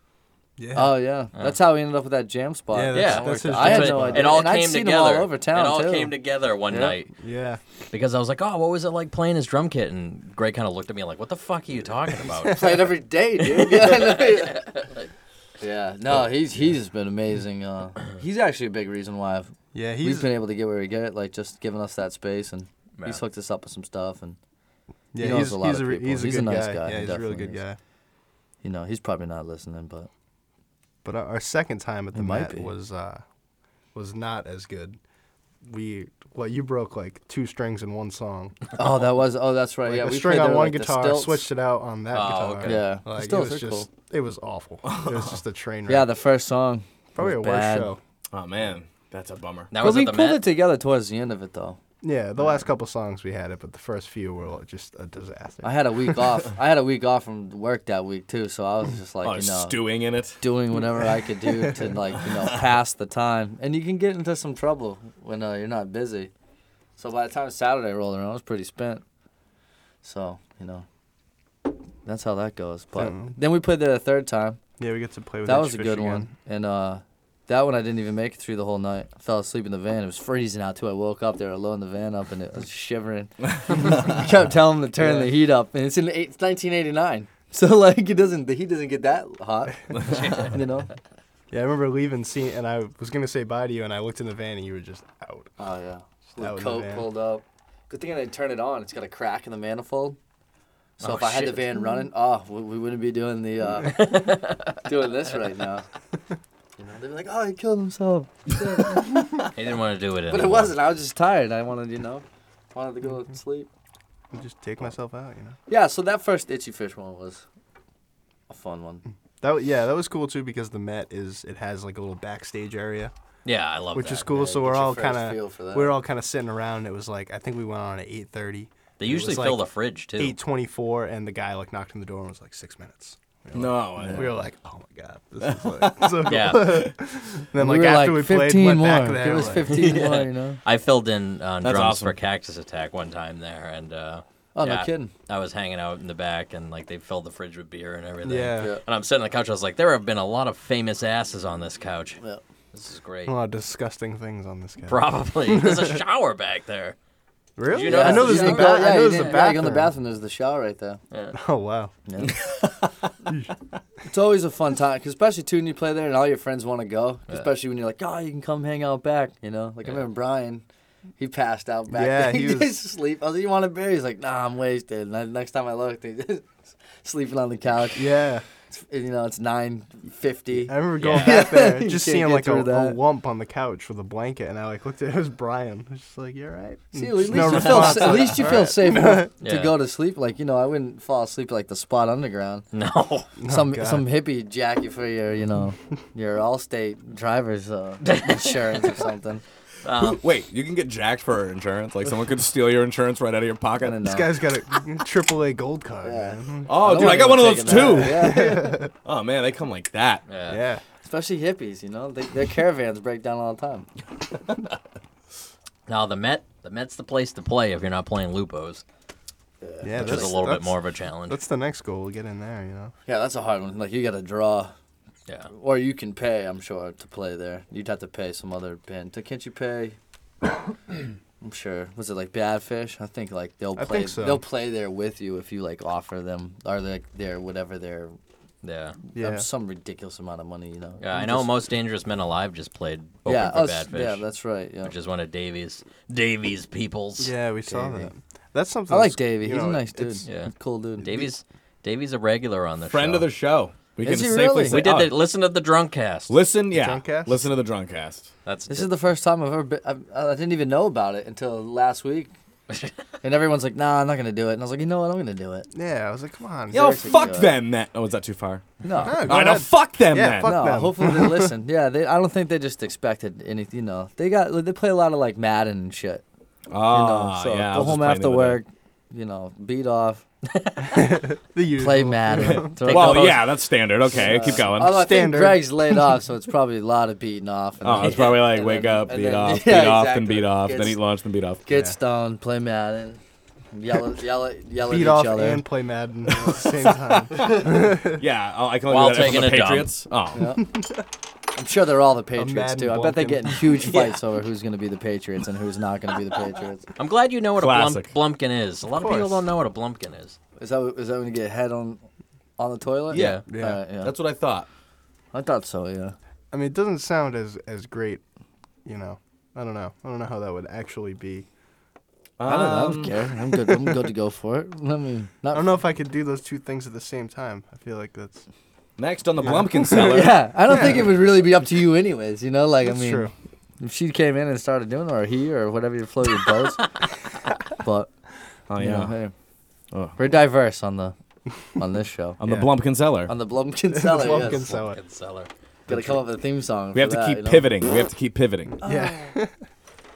Speaker 5: Yeah.
Speaker 4: Oh yeah, that's how we ended up with that jam spot.
Speaker 5: Yeah,
Speaker 3: Yeah,
Speaker 5: that's his
Speaker 4: I had
Speaker 5: jam
Speaker 4: no
Speaker 5: spot.
Speaker 4: idea.
Speaker 3: It all
Speaker 4: And I'd
Speaker 3: came
Speaker 4: seen 'em
Speaker 3: together.
Speaker 4: all over town,
Speaker 3: it all
Speaker 4: too.
Speaker 3: came together one
Speaker 4: Yeah.
Speaker 3: night
Speaker 5: yeah.
Speaker 3: because I was like, "Oh, what was it like playing his drum kit?" And Greg kind of looked at me like, "What the fuck are you talking about?"
Speaker 4: played every day, dude. Yeah, I know. Yeah, no, he's he's been amazing. Uh, he's actually a big reason why I've,
Speaker 5: Yeah.
Speaker 4: we've
Speaker 5: He's
Speaker 4: been able to get where we get, like just giving us that space, and
Speaker 3: Yeah.
Speaker 4: he's hooked us up with some stuff, and
Speaker 5: yeah.
Speaker 4: he knows
Speaker 5: he's,
Speaker 4: a lot
Speaker 5: he's
Speaker 4: of
Speaker 5: a re-
Speaker 4: people.
Speaker 5: he's a
Speaker 4: He's a
Speaker 5: good
Speaker 4: nice guy,
Speaker 5: guy.
Speaker 4: he
Speaker 5: Yeah. He's a really
Speaker 4: definitely
Speaker 5: good
Speaker 4: is.
Speaker 5: guy.
Speaker 4: you know he's probably not listening, but
Speaker 5: But our, our second time at the
Speaker 4: It might
Speaker 5: Met
Speaker 4: be.
Speaker 5: was uh, was not as good. We well, you broke like two strings in one song.
Speaker 4: oh, that was oh that's right.
Speaker 5: Like
Speaker 4: yeah,
Speaker 5: a
Speaker 4: we
Speaker 5: string
Speaker 4: played
Speaker 5: on
Speaker 4: there,
Speaker 5: one
Speaker 4: like, the
Speaker 5: guitar,
Speaker 4: stilts.
Speaker 5: switched it out on that
Speaker 3: Oh,
Speaker 5: guitar.
Speaker 3: okay.
Speaker 4: Yeah, the
Speaker 5: like, it
Speaker 4: stilts
Speaker 5: was
Speaker 4: are
Speaker 5: just it was awful. it was just a train wreck.
Speaker 4: Yeah, the first song.
Speaker 5: probably
Speaker 4: was
Speaker 5: our
Speaker 4: bad.
Speaker 5: worst show.
Speaker 1: Oh man, that's a bummer.
Speaker 3: That
Speaker 4: But
Speaker 3: was
Speaker 4: we
Speaker 3: at the
Speaker 4: pulled
Speaker 3: Met.
Speaker 4: it together towards the end of it, though.
Speaker 5: Yeah, the last couple songs we had it, but the first few were like, just a disaster.
Speaker 4: I had a week off. I had a week off from work that week too, so I was just like,
Speaker 1: Oh,
Speaker 4: you know,
Speaker 1: stewing in it.
Speaker 4: doing whatever I could do to like you know pass the time. And you can get into some trouble when uh, you're not busy. So by the time Saturday rolled around, I was pretty spent. So you know, that's how that goes. But
Speaker 5: Mm.
Speaker 4: then we played there a third time.
Speaker 5: yeah, we get to play with
Speaker 4: that
Speaker 5: Itchy
Speaker 4: was a
Speaker 5: Fish
Speaker 4: good
Speaker 5: again.
Speaker 4: one. And uh, that one I didn't even make it through the whole night. I fell asleep in the van. It was freezing out too. I woke up there alone in the van up, and it was shivering. I kept telling them to turn the heat up, and it's in eight, it's 1989. So like it doesn't the heat doesn't get that hot, you know.
Speaker 5: Yeah, I remember leaving, seeing, and I was gonna say bye to you, and I looked in the van, and you were just out.
Speaker 4: Oh yeah.
Speaker 5: out
Speaker 4: Little
Speaker 5: in the
Speaker 4: coat
Speaker 5: van.
Speaker 4: pulled up. Good thing I didn't turn it on. It's got a crack in the manifold. So
Speaker 3: Oh,
Speaker 4: if I had the
Speaker 3: shit.
Speaker 4: van running, oh, we, we wouldn't be doing the uh, doing this right now. You know, they'd be like, "Oh, he killed himself,"
Speaker 3: He didn't want to do it.
Speaker 4: but it
Speaker 3: anymore.
Speaker 4: wasn't. I was just tired. I wanted, you know, wanted to go
Speaker 5: Mm-hmm.
Speaker 4: to sleep.
Speaker 5: I just take myself out, you know.
Speaker 4: Yeah. So that first itchy fish one was a fun one.
Speaker 5: That w- yeah, that was cool too because the Met is it has like a little backstage area,
Speaker 3: Yeah, I love
Speaker 5: which
Speaker 3: that.
Speaker 5: is cool.
Speaker 4: yeah,
Speaker 5: so
Speaker 4: you
Speaker 5: we're
Speaker 4: get your
Speaker 5: all
Speaker 4: first
Speaker 5: kind
Speaker 4: feel for
Speaker 5: of
Speaker 4: that.
Speaker 5: we're all kind of sitting around. It was like I think we went on at eight thirty.
Speaker 3: They
Speaker 5: It was
Speaker 3: usually fill
Speaker 5: like
Speaker 3: the fridge too.
Speaker 5: Eight twenty four, and the guy like knocked on the door and was like six minutes.
Speaker 1: No, I-
Speaker 5: We were like, oh my god, this is like. So,
Speaker 3: Yeah,
Speaker 5: then like after we played, went back there.
Speaker 4: Give us
Speaker 5: like-
Speaker 4: 15 more, you know.
Speaker 3: I filled in on
Speaker 1: That's
Speaker 3: drums
Speaker 1: awesome.
Speaker 3: for Cactus Attack one time there, and uh,
Speaker 4: Oh, no
Speaker 3: yeah,
Speaker 4: kidding.
Speaker 3: I was hanging out in the back, and like they filled the fridge with beer and everything.
Speaker 5: Yeah.
Speaker 4: Yeah.
Speaker 3: And I'm sitting on the couch. I was like, there have been a lot of famous asses on this couch.
Speaker 4: Yeah.
Speaker 3: This is great.
Speaker 5: A lot of disgusting things on this guy.
Speaker 3: Probably. There's a shower back there.
Speaker 5: Really?
Speaker 3: you know
Speaker 5: I know
Speaker 3: there's
Speaker 5: there's
Speaker 3: a
Speaker 5: the
Speaker 3: shower?
Speaker 5: ba-
Speaker 4: Yeah, you
Speaker 5: I know there's the
Speaker 4: didn't- yeah, you go in
Speaker 5: bathroom.
Speaker 4: the bathroom. There's the shower right there.
Speaker 5: Oh wow.
Speaker 4: Yeah. it's always a fun time, 'cause especially too when you play there and all your friends want to go. Especially when you're like, oh, you can come hang out back. You know, like I remember Brian, he passed out back. there.
Speaker 5: Yeah, he
Speaker 4: he
Speaker 5: was-
Speaker 4: just sleep. I was like, you want a beer? He's like, nah, I'm wasted. And I, next time I looked, he just sleeping on the couch.
Speaker 5: Yeah.
Speaker 4: You know, it's nine fifty.
Speaker 5: I remember going
Speaker 3: Yeah.
Speaker 5: back there,
Speaker 4: You
Speaker 5: just
Speaker 4: can't
Speaker 5: seeing
Speaker 4: get
Speaker 5: like a,
Speaker 4: through
Speaker 5: a
Speaker 4: that.
Speaker 5: lump on the couch with a blanket, and I like looked at it, it was Brian. I was just like, "You're right."
Speaker 4: See, at
Speaker 5: Just
Speaker 4: least,
Speaker 5: no
Speaker 4: you feel,
Speaker 5: response.
Speaker 4: sa- at least you feel safe enough
Speaker 3: Yeah.
Speaker 4: to go to sleep. Like you know, I wouldn't fall asleep at, like the spot underground.
Speaker 3: No.
Speaker 4: some
Speaker 5: God.
Speaker 4: some hippie jack you for your you know your Allstate driver's uh, insurance or something.
Speaker 1: Who- wait, you can get jacked for insurance. Like someone could steal your insurance right out of your pocket.
Speaker 4: I don't
Speaker 5: This
Speaker 4: know.
Speaker 5: guy's got a AAA gold card.
Speaker 4: Yeah.
Speaker 5: man. Hmm.
Speaker 1: Oh,
Speaker 4: don't
Speaker 1: dude, I
Speaker 4: want
Speaker 1: got one of
Speaker 4: anyone
Speaker 1: those
Speaker 4: taking
Speaker 1: too.
Speaker 4: that. Yeah.
Speaker 1: Oh man, they come like that.
Speaker 3: Yeah.
Speaker 5: Yeah.
Speaker 4: Especially hippies, you know, they, their caravans break down all the time.
Speaker 3: Now the Met, the Met's the place to play if you're not playing Lupos,
Speaker 5: Yeah.
Speaker 3: which is a little bit more of a challenge.
Speaker 5: That's the next goal. We'll get in there. You know.
Speaker 4: Yeah, that's a hard one. Like you got to draw,
Speaker 3: Yeah.
Speaker 4: or you can pay. I'm sure to play there, you'd have to pay some other band. So Can't you pay? I'm sure. Was it like Badfish? I think like they'll
Speaker 5: I
Speaker 4: play.
Speaker 5: think so.
Speaker 4: They'll play there with you if you like offer them or like their whatever their
Speaker 3: Yeah.
Speaker 5: Yeah.
Speaker 4: some ridiculous amount of money. You know.
Speaker 3: Yeah. I
Speaker 4: You
Speaker 3: know
Speaker 4: just-
Speaker 3: most dangerous men alive just played open
Speaker 4: yeah,
Speaker 3: for
Speaker 4: us-
Speaker 3: Bad Fish,
Speaker 4: yeah, that's right. Yeah.
Speaker 3: which is one of Davies Davies peoples.
Speaker 5: Yeah, we saw
Speaker 4: Davey.
Speaker 5: that. That's something.
Speaker 4: I like
Speaker 5: that's-
Speaker 4: Davey.
Speaker 5: you
Speaker 4: He's
Speaker 5: know,
Speaker 4: a nice dude.
Speaker 5: it's-
Speaker 3: yeah.
Speaker 4: Cool dude.
Speaker 3: Davies Davies a regular on the
Speaker 1: Friend
Speaker 3: show.
Speaker 1: of the show. We
Speaker 4: Is
Speaker 1: can
Speaker 4: he
Speaker 1: safely
Speaker 4: really?
Speaker 1: say
Speaker 3: We did
Speaker 1: oh,
Speaker 3: the listen to the drunk cast.
Speaker 1: Listen, yeah.
Speaker 5: Drunkcast?
Speaker 1: Listen to the drunk cast.
Speaker 3: That's
Speaker 4: This is the first time I've ever been. I've, I didn't even know about it until last week. and everyone's like, nah, I'm not going to do it. And I was like, you know what? I'm going to do it.
Speaker 5: Yeah, I was like, come on.
Speaker 1: Yo,
Speaker 4: Seriously,
Speaker 1: fuck
Speaker 4: yeah.
Speaker 1: them then. Oh, is that too far?
Speaker 4: No.
Speaker 5: Yeah, go
Speaker 1: I know.
Speaker 5: ahead.
Speaker 1: Fuck them
Speaker 5: Yeah,
Speaker 1: then.
Speaker 5: fuck-
Speaker 4: no,
Speaker 5: them.
Speaker 4: hopefully they listen. Yeah, they, I don't think they just expected anything. You know, they got they play a lot of like Madden and shit. You know,
Speaker 1: Oh,
Speaker 4: so
Speaker 1: yeah. I
Speaker 4: go
Speaker 1: was just
Speaker 4: home
Speaker 1: playing
Speaker 4: after
Speaker 1: other day.
Speaker 4: work, you know, beat off.
Speaker 5: The usual.
Speaker 4: Play mad. Throw
Speaker 1: Well,
Speaker 4: elbows.
Speaker 1: yeah, that's standard. Okay, keep going.
Speaker 4: Although I think
Speaker 5: Standard.
Speaker 4: Greg's laid off, so it's probably a lot of beating off. and
Speaker 1: Oh,
Speaker 4: then
Speaker 1: it's probably like
Speaker 4: and
Speaker 1: wake
Speaker 4: then-
Speaker 1: up,
Speaker 4: and
Speaker 1: beat
Speaker 4: then-
Speaker 1: off,
Speaker 4: yeah,
Speaker 1: beat off,
Speaker 4: exactly.
Speaker 1: then beat off,
Speaker 4: Get
Speaker 1: then
Speaker 4: s-
Speaker 1: eat lunch, then beat off.
Speaker 4: Get
Speaker 5: Yeah.
Speaker 4: stoned, play Madden, yell, at- yell, at- yell at
Speaker 5: Beat
Speaker 4: each
Speaker 5: off
Speaker 4: other.
Speaker 5: and play Madden at the same time.
Speaker 1: Yeah, oh, I can
Speaker 3: While
Speaker 1: only do that if I'm the
Speaker 3: taking a dump.
Speaker 1: Patriots. Oh,
Speaker 4: Yeah. I'm sure they're all the Patriots
Speaker 5: Madden
Speaker 4: too. I bet they
Speaker 5: Blumkin.
Speaker 4: get in huge fights over who's going to be the Patriots and who's not going to be the Patriots.
Speaker 3: I'm glad you know what
Speaker 1: Classic.
Speaker 3: a blump, blumpkin is. A lot of, people
Speaker 5: course.
Speaker 3: don't know what a blumpkin is.
Speaker 4: Is that is that when you get head on on the toilet?
Speaker 1: Yeah.
Speaker 5: Yeah.
Speaker 4: Alright, yeah.
Speaker 1: that's what I thought.
Speaker 4: I thought so. Yeah.
Speaker 5: I mean, it doesn't sound as as great, you know. I don't know. I don't know how that would actually be.
Speaker 1: Um,
Speaker 4: I don't know. I don't care. I'm good. I'm good to go for it. I mean,
Speaker 5: I
Speaker 4: not.
Speaker 5: don't know if I could do those two things at the same time. I feel like that's
Speaker 1: Next on the Blumpkin Cellar.
Speaker 4: Yeah, I don't think it would really be up to you, anyways. You know, like
Speaker 5: that's
Speaker 4: I mean,
Speaker 5: true.
Speaker 4: if she came in and started doing, it, or he, or whatever you float your boats. but
Speaker 1: Oh
Speaker 4: you know,
Speaker 1: yeah.
Speaker 4: hey,
Speaker 1: Oh.
Speaker 4: we're diverse on the on this show.
Speaker 1: On
Speaker 5: Yeah.
Speaker 1: the Blumpkin Cellar.
Speaker 4: on the Blumpkin Cellar.
Speaker 5: Blumpkin
Speaker 4: yes.
Speaker 5: Cellar.
Speaker 3: Blumpkin cellar.
Speaker 4: Gotta come up with a theme song.
Speaker 1: We have
Speaker 4: for
Speaker 1: to
Speaker 4: that,
Speaker 1: keep
Speaker 4: you know?
Speaker 1: pivoting. We have to keep pivoting.
Speaker 5: Yeah.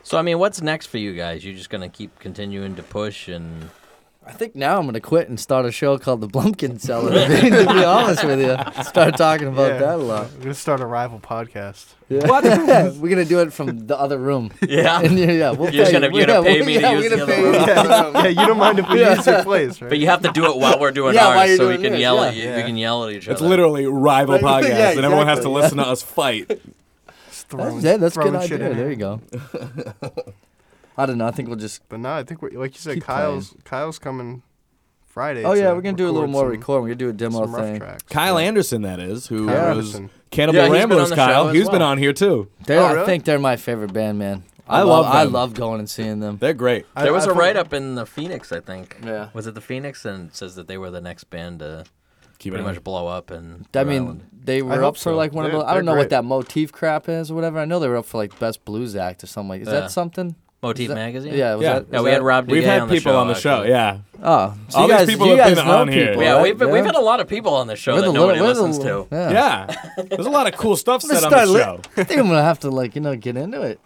Speaker 3: So I mean, what's next for you guys? You're just gonna keep continuing to push and
Speaker 4: I think now I'm gonna quit and start a show called the Blumpkin Cellar. to be honest with you, start talking about
Speaker 5: Yeah.
Speaker 4: that a lot.
Speaker 5: We're gonna start a rival podcast.
Speaker 4: What? we're gonna do it from the other room.
Speaker 3: yeah.
Speaker 4: And yeah, yeah, we'll
Speaker 3: You're just
Speaker 4: pay-
Speaker 3: gonna- you're
Speaker 4: yeah,
Speaker 3: gonna pay
Speaker 4: we'll-
Speaker 3: me to
Speaker 4: yeah,
Speaker 3: use
Speaker 4: we're gonna
Speaker 3: the
Speaker 4: pay
Speaker 3: other
Speaker 4: you.
Speaker 3: room.
Speaker 5: yeah, you don't mind if we
Speaker 4: Yeah.
Speaker 5: use your place, right?
Speaker 3: But you have to do it while we're doing
Speaker 4: Yeah, while
Speaker 3: ours,
Speaker 4: you're
Speaker 3: so we
Speaker 4: doing
Speaker 3: can
Speaker 4: yours,
Speaker 3: yell at
Speaker 4: yeah.
Speaker 3: you. We
Speaker 5: Yeah.
Speaker 3: can yell at each
Speaker 1: It's
Speaker 3: other.
Speaker 1: literally rival
Speaker 4: Right,
Speaker 1: podcast,
Speaker 4: yeah,
Speaker 1: and everyone has to
Speaker 4: exactly,
Speaker 1: listen to us fight.
Speaker 5: Just throwing-
Speaker 4: That's, yeah, that's a good
Speaker 5: throwing shit
Speaker 4: idea.
Speaker 5: in
Speaker 4: There
Speaker 5: here.
Speaker 4: you go. I don't know. I think we'll just.
Speaker 5: But no, I think we like you said,
Speaker 4: Keep
Speaker 5: Kyle's Kyle's coming Friday.
Speaker 4: Oh yeah,
Speaker 5: to
Speaker 4: we're gonna do a little
Speaker 5: record
Speaker 4: more
Speaker 5: some-
Speaker 4: recording. We're gonna do a demo
Speaker 5: some rough
Speaker 4: thing.
Speaker 5: tracks.
Speaker 1: Kyle Anderson, that is, who
Speaker 5: Kyle
Speaker 1: was
Speaker 5: Anderson.
Speaker 1: Cannibal
Speaker 3: Yeah, he's been on
Speaker 1: Ramblers.
Speaker 3: the
Speaker 1: Kyle,
Speaker 3: show as
Speaker 1: he's been
Speaker 3: well.
Speaker 1: on here too.
Speaker 4: They're,
Speaker 5: Oh,
Speaker 4: I
Speaker 5: really?
Speaker 4: think they're my favorite band, man.
Speaker 1: I love
Speaker 4: I
Speaker 1: them.
Speaker 4: love going and seeing them.
Speaker 1: They're great.
Speaker 5: I-
Speaker 3: There was
Speaker 5: I
Speaker 3: a
Speaker 5: feel-
Speaker 3: write up in the Phoenix, I think.
Speaker 4: Yeah.
Speaker 3: Was it the Phoenix? And it says that they were the next band to
Speaker 1: Keep it
Speaker 3: pretty
Speaker 1: on.
Speaker 3: much blow up. And
Speaker 4: I
Speaker 3: Rhode
Speaker 4: mean,
Speaker 3: Island.
Speaker 4: they were
Speaker 5: hope
Speaker 4: up for
Speaker 5: so.
Speaker 4: like one
Speaker 5: They're-
Speaker 4: of those. I don't know
Speaker 5: they're
Speaker 4: what
Speaker 5: great.
Speaker 4: that motif crap is or whatever. I know they were up for like best blues act or something. Like, is
Speaker 3: Yeah.
Speaker 4: that something?
Speaker 3: Motif
Speaker 4: that-
Speaker 3: Magazine.
Speaker 4: Yeah. Was
Speaker 1: Yeah.
Speaker 4: That,
Speaker 3: Yeah,
Speaker 4: was
Speaker 3: we had
Speaker 4: that-
Speaker 3: Rob.
Speaker 1: We've
Speaker 3: Digget
Speaker 1: had
Speaker 3: on the
Speaker 1: people
Speaker 3: show,
Speaker 1: on the show.
Speaker 3: actually.
Speaker 1: Yeah.
Speaker 4: Oh, so
Speaker 1: All
Speaker 4: you
Speaker 1: these
Speaker 4: guys,
Speaker 1: people
Speaker 4: you
Speaker 1: have been
Speaker 4: guys know
Speaker 1: on here.
Speaker 4: people,
Speaker 3: Yeah,
Speaker 4: right?
Speaker 3: we've, been,
Speaker 4: Yeah.
Speaker 3: we've had a lot of people on the show
Speaker 4: We're
Speaker 3: that
Speaker 4: the
Speaker 3: nobody
Speaker 4: little- we're
Speaker 3: listens
Speaker 4: the
Speaker 3: to.
Speaker 4: little- Yeah.
Speaker 1: Yeah. There's a lot of cool stuff
Speaker 4: I'm gonna
Speaker 1: said on the
Speaker 4: Oh. start li-
Speaker 1: show.
Speaker 4: I think I'm gonna have to like you know get into it.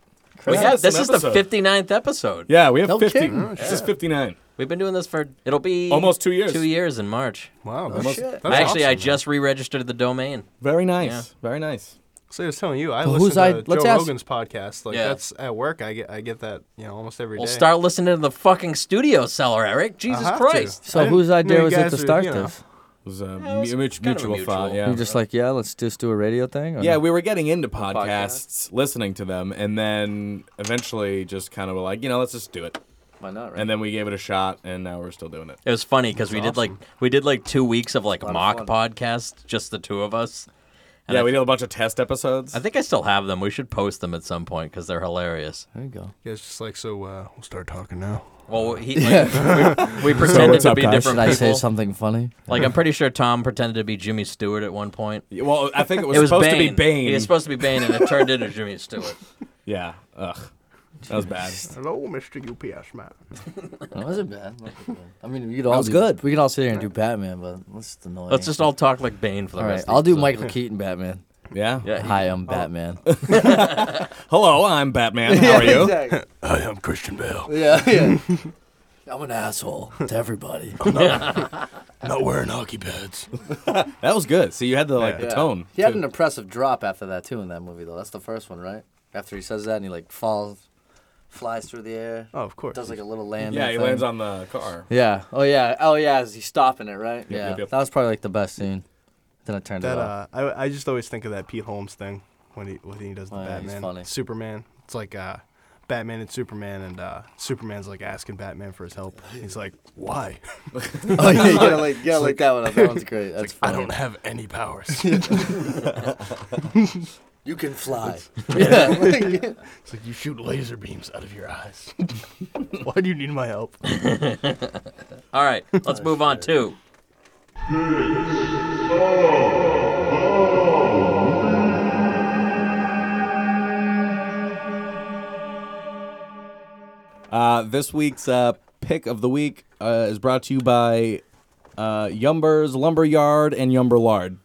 Speaker 3: We
Speaker 1: This
Speaker 3: have,
Speaker 1: is
Speaker 3: this
Speaker 1: an
Speaker 3: is
Speaker 1: episode.
Speaker 3: the 59th episode.
Speaker 1: Yeah, we have
Speaker 4: No
Speaker 1: 50.
Speaker 4: kidding.
Speaker 1: This is 59.
Speaker 3: We've been doing this for it'll be
Speaker 1: Almost two years.
Speaker 3: Two years in March.
Speaker 5: Wow,
Speaker 4: Oh,
Speaker 5: that's,
Speaker 1: Almost-
Speaker 5: that's
Speaker 3: I actually,
Speaker 5: awesome,
Speaker 3: I
Speaker 5: man.
Speaker 3: just re-registered the domain.
Speaker 1: Very nice.
Speaker 3: Yeah.
Speaker 1: Very nice.
Speaker 5: So I was telling you, I
Speaker 4: Well,
Speaker 5: listen
Speaker 4: who's
Speaker 5: to
Speaker 4: I-
Speaker 5: Joe
Speaker 4: let's ask-
Speaker 5: Rogan's podcast. Like
Speaker 3: Yeah.
Speaker 5: that's at work. I get I get that you know almost every day.
Speaker 3: We'll start listening to the fucking studio cellar, Eric.
Speaker 5: I
Speaker 3: Jesus
Speaker 5: have to.
Speaker 3: Christ.
Speaker 4: So
Speaker 5: I didn't
Speaker 4: whose
Speaker 5: know
Speaker 4: idea
Speaker 5: you
Speaker 4: was it
Speaker 5: guys
Speaker 4: to
Speaker 5: were,
Speaker 4: start
Speaker 5: you know,
Speaker 4: this?
Speaker 1: It was a
Speaker 3: Yeah, it was
Speaker 1: mu- mutual,
Speaker 3: kind of a
Speaker 1: mutual thought.
Speaker 3: mutual.
Speaker 1: Yeah.
Speaker 4: You're just uh, like, yeah, let's just do a radio thing. Or?
Speaker 1: Yeah, we were getting into podcasts,
Speaker 4: podcasts.
Speaker 1: listening to them, and then eventually just kind of were like, you know, let's just do it.
Speaker 4: why not? Right?
Speaker 1: And then we gave it a shot, and now we're still doing it.
Speaker 3: It was funny because we did like we did like two weeks of like
Speaker 4: of
Speaker 3: mock
Speaker 4: fun.
Speaker 3: podcasts, just the two of us. And
Speaker 1: yeah,
Speaker 3: I,
Speaker 1: we did a bunch of test episodes.
Speaker 3: I think I still have them. We should post them at some point because they're hilarious.
Speaker 4: there you go.
Speaker 5: You guys just like so. Uh, we'll start talking now.
Speaker 3: Well, he, like, Uh, we, we pretended
Speaker 1: what's
Speaker 3: to
Speaker 1: up,
Speaker 3: be
Speaker 1: guys?
Speaker 3: different
Speaker 4: Did I say
Speaker 3: people.
Speaker 4: something funny?
Speaker 3: Like I'm pretty sure Tom pretended to be Jimmy Stewart at one point.
Speaker 1: well, I think it was,
Speaker 3: It was
Speaker 1: supposed to be
Speaker 3: Bane.
Speaker 1: Bane.
Speaker 3: It was supposed to be Bane, and it turned into Jimmy Stewart.
Speaker 1: yeah. Ugh. That was bad.
Speaker 5: Hello, Mr. UPS man.
Speaker 4: That wasn't bad. I mean, we could all
Speaker 1: was
Speaker 4: do-
Speaker 1: good.
Speaker 4: We could all sit here and do Batman, but that's just annoying.
Speaker 3: Let's just all talk like Bane for the
Speaker 4: All right,
Speaker 3: rest.
Speaker 4: I'll
Speaker 3: of the
Speaker 4: do
Speaker 1: uh,
Speaker 3: episode.
Speaker 4: Michael Keaton Batman.
Speaker 1: Yeah.
Speaker 3: Yeah,
Speaker 4: Hi, I'm Batman.
Speaker 1: Hello, I'm Batman. How are you?
Speaker 4: Exactly.
Speaker 5: I am Christian Bale.
Speaker 4: Yeah, yeah. I'm an asshole to everybody.
Speaker 5: Not wearing hockey pads.
Speaker 1: that was good. See, you had the like the
Speaker 4: Yeah.
Speaker 1: tone.
Speaker 4: He had
Speaker 1: too.
Speaker 4: an impressive drop after that too in that movie though. That's the first one, right? After he says that and he like falls, flies through the air,
Speaker 5: Oh, of course.
Speaker 4: does like a little landing.
Speaker 1: yeah, he
Speaker 4: thing.
Speaker 1: lands on the car.
Speaker 4: Yeah. Oh yeah. Oh yeah. Is he stopping it right? yeah.
Speaker 1: yep, yep.
Speaker 4: That was probably like the best scene. Then I turned it
Speaker 5: that
Speaker 4: off.
Speaker 5: uh, I I just always think of that Pete Holmes thing when he when he does the
Speaker 4: Oh, yeah, he's
Speaker 5: Batman,
Speaker 4: funny.
Speaker 5: Superman. It's like uh, Batman and Superman, and uh, Superman's like asking Batman for his help. He's like, "Why?
Speaker 4: oh yeah. You gotta like, you gotta like that one up. That one's great. That's
Speaker 5: I
Speaker 4: funny.
Speaker 5: don't have any powers."
Speaker 4: You can fly. yeah. like-
Speaker 5: It's like you shoot laser beams out of your eyes. Why do you need my help?
Speaker 3: All right, let's move on to.
Speaker 1: Uh, this week's uh, pick of the week uh, is brought to you by uh, Yumbers Lumberyard and Yumber Lard.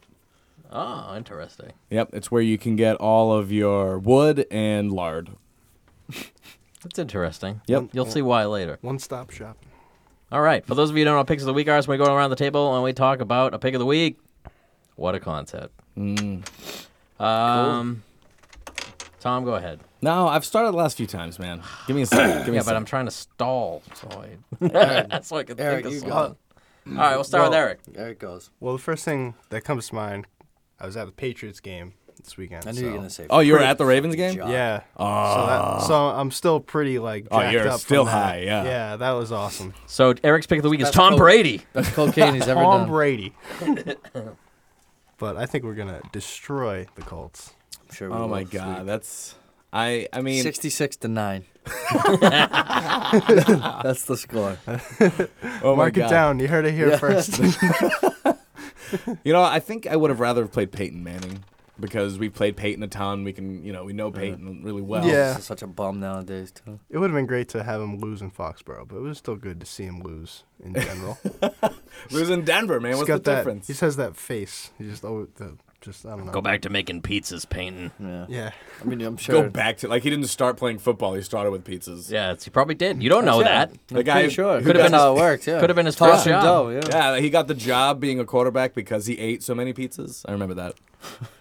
Speaker 3: Oh, interesting.
Speaker 1: Yep, it's where you can get all of your wood and lard.
Speaker 3: That's interesting.
Speaker 1: Yep.
Speaker 3: You'll see why later.
Speaker 5: One stop shopping.
Speaker 3: All right. For those of you who don't know what picks of the week are, so we go around the table and we talk about a pick of the week. What a concept.
Speaker 4: Mm.
Speaker 3: Um, Tom, go ahead.
Speaker 1: No, I've started the last few times, man. Give me a second. Give me
Speaker 3: Yeah,
Speaker 1: a
Speaker 3: but
Speaker 1: second.
Speaker 3: I'm trying to stall, so I, that's why I can
Speaker 4: Eric,
Speaker 3: think
Speaker 4: you
Speaker 3: of
Speaker 4: go.
Speaker 3: something. All right, we'll start with
Speaker 5: Well-
Speaker 3: Eric.
Speaker 4: There it goes.
Speaker 5: Well, the first thing that comes to mind, I was at the Patriots game this weekend.
Speaker 4: I knew
Speaker 5: so.
Speaker 4: you were gonna say.
Speaker 1: Oh, you were at the Ravens game?
Speaker 4: Job.
Speaker 5: Yeah. so, that, so I'm still pretty like.
Speaker 1: Ah. Oh,
Speaker 5: jacked
Speaker 1: you're
Speaker 5: up from
Speaker 1: still
Speaker 5: that.
Speaker 1: high, yeah.
Speaker 5: Yeah, that was awesome.
Speaker 3: So Eric's pick of the week is
Speaker 4: That's
Speaker 3: Tom
Speaker 4: cool.
Speaker 3: Brady.
Speaker 4: best Oh, cocaine he's ever
Speaker 5: Tom
Speaker 4: done.
Speaker 5: Brady. but I think we're gonna destroy the Colts.
Speaker 4: I'm sure we
Speaker 1: Oh
Speaker 4: will
Speaker 1: my
Speaker 4: this
Speaker 1: god,
Speaker 4: week.
Speaker 1: that's I I mean
Speaker 4: Sixty-six to nine. That's the score.
Speaker 1: oh my
Speaker 5: Mark
Speaker 1: god.
Speaker 5: it down. You heard it here
Speaker 4: Yeah. Oh,
Speaker 5: first.
Speaker 1: You know, I think I would have rather have played Peyton Manning because we played Peyton a ton. We can, you know, we know Peyton really well.
Speaker 5: Yeah.
Speaker 4: This is such a bum nowadays too.
Speaker 5: it would have been great to have him lose in Foxborough, but it was still good to see him lose in general.
Speaker 1: We was in Denver, man.
Speaker 5: He's
Speaker 1: What's the
Speaker 5: got that.
Speaker 1: difference?
Speaker 5: He says that face. He just oh, the, just I don't know.
Speaker 3: Go back to making pizzas, painting.
Speaker 4: Yeah.
Speaker 5: Yeah.
Speaker 4: I mean, I'm sure.
Speaker 1: Go back to like he didn't start playing football. He started with pizzas.
Speaker 3: Yeah, it's, he probably did. You don't know
Speaker 4: Yeah.
Speaker 3: that.
Speaker 1: The guy who-
Speaker 4: pretty sure
Speaker 1: who
Speaker 4: could
Speaker 1: got
Speaker 4: have been
Speaker 1: his-
Speaker 4: how it worked. Yeah,
Speaker 3: could've been his
Speaker 4: Toss
Speaker 3: first
Speaker 4: and
Speaker 3: job.
Speaker 4: Dough, yeah.
Speaker 1: Yeah, he got the job being a quarterback because he ate so many pizzas. I remember that.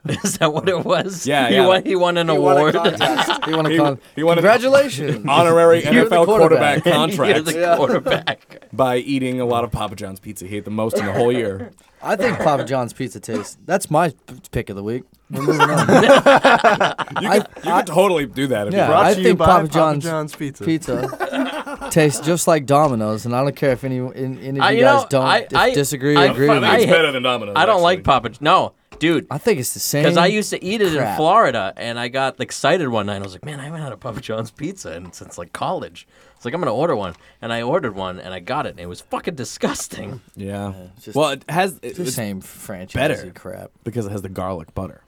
Speaker 3: Is that what it was?
Speaker 1: Yeah,
Speaker 3: he
Speaker 1: yeah.
Speaker 3: won. He won an
Speaker 1: He won a
Speaker 3: award.
Speaker 1: contest.
Speaker 4: He won a
Speaker 1: He-
Speaker 4: con-
Speaker 1: he won a-
Speaker 4: Congratulations.
Speaker 1: Honorary
Speaker 4: You're the
Speaker 1: NFL quarterback,
Speaker 4: quarterback.
Speaker 3: You're
Speaker 1: contract
Speaker 3: the
Speaker 4: Yeah.
Speaker 3: quarterback.
Speaker 1: by eating a lot of Papa John's pizza. He ate the most in the whole year.
Speaker 4: I think Papa John's pizza tastes. That's my p- pick of the week. We're moving on. I,
Speaker 1: You
Speaker 4: I-
Speaker 1: could totally do that if
Speaker 4: Yeah.
Speaker 1: you want.
Speaker 5: Brought
Speaker 4: I
Speaker 5: to you
Speaker 4: think
Speaker 5: by
Speaker 4: Papa
Speaker 5: Papa
Speaker 4: John's
Speaker 5: John's, Pizza.
Speaker 4: pizza tastes just like Domino's, and I don't care if any any, any of you,
Speaker 3: I- you
Speaker 4: guys
Speaker 3: know,
Speaker 4: don't
Speaker 3: I-
Speaker 4: if
Speaker 3: I-
Speaker 4: disagree or
Speaker 3: I
Speaker 4: agree.
Speaker 3: find
Speaker 4: with
Speaker 3: that
Speaker 4: me.
Speaker 3: it's- hate-
Speaker 1: than Domino's.
Speaker 3: I don't like
Speaker 1: actually.
Speaker 3: Papa. No, dude.
Speaker 4: I think it's the same.
Speaker 3: Because I used to eat it in
Speaker 4: crap.
Speaker 3: Florida, and I got excited one night. I was like, "Man, I haven't had a Papa John's pizza in, since like college." It's like I'm gonna order one, and I ordered one, and I got it, and it was fucking disgusting.
Speaker 1: Yeah.
Speaker 4: just-
Speaker 1: well, it has it-
Speaker 4: it's the
Speaker 1: it's
Speaker 4: same franchise
Speaker 1: better.
Speaker 4: crap.
Speaker 1: because it has the garlic butter.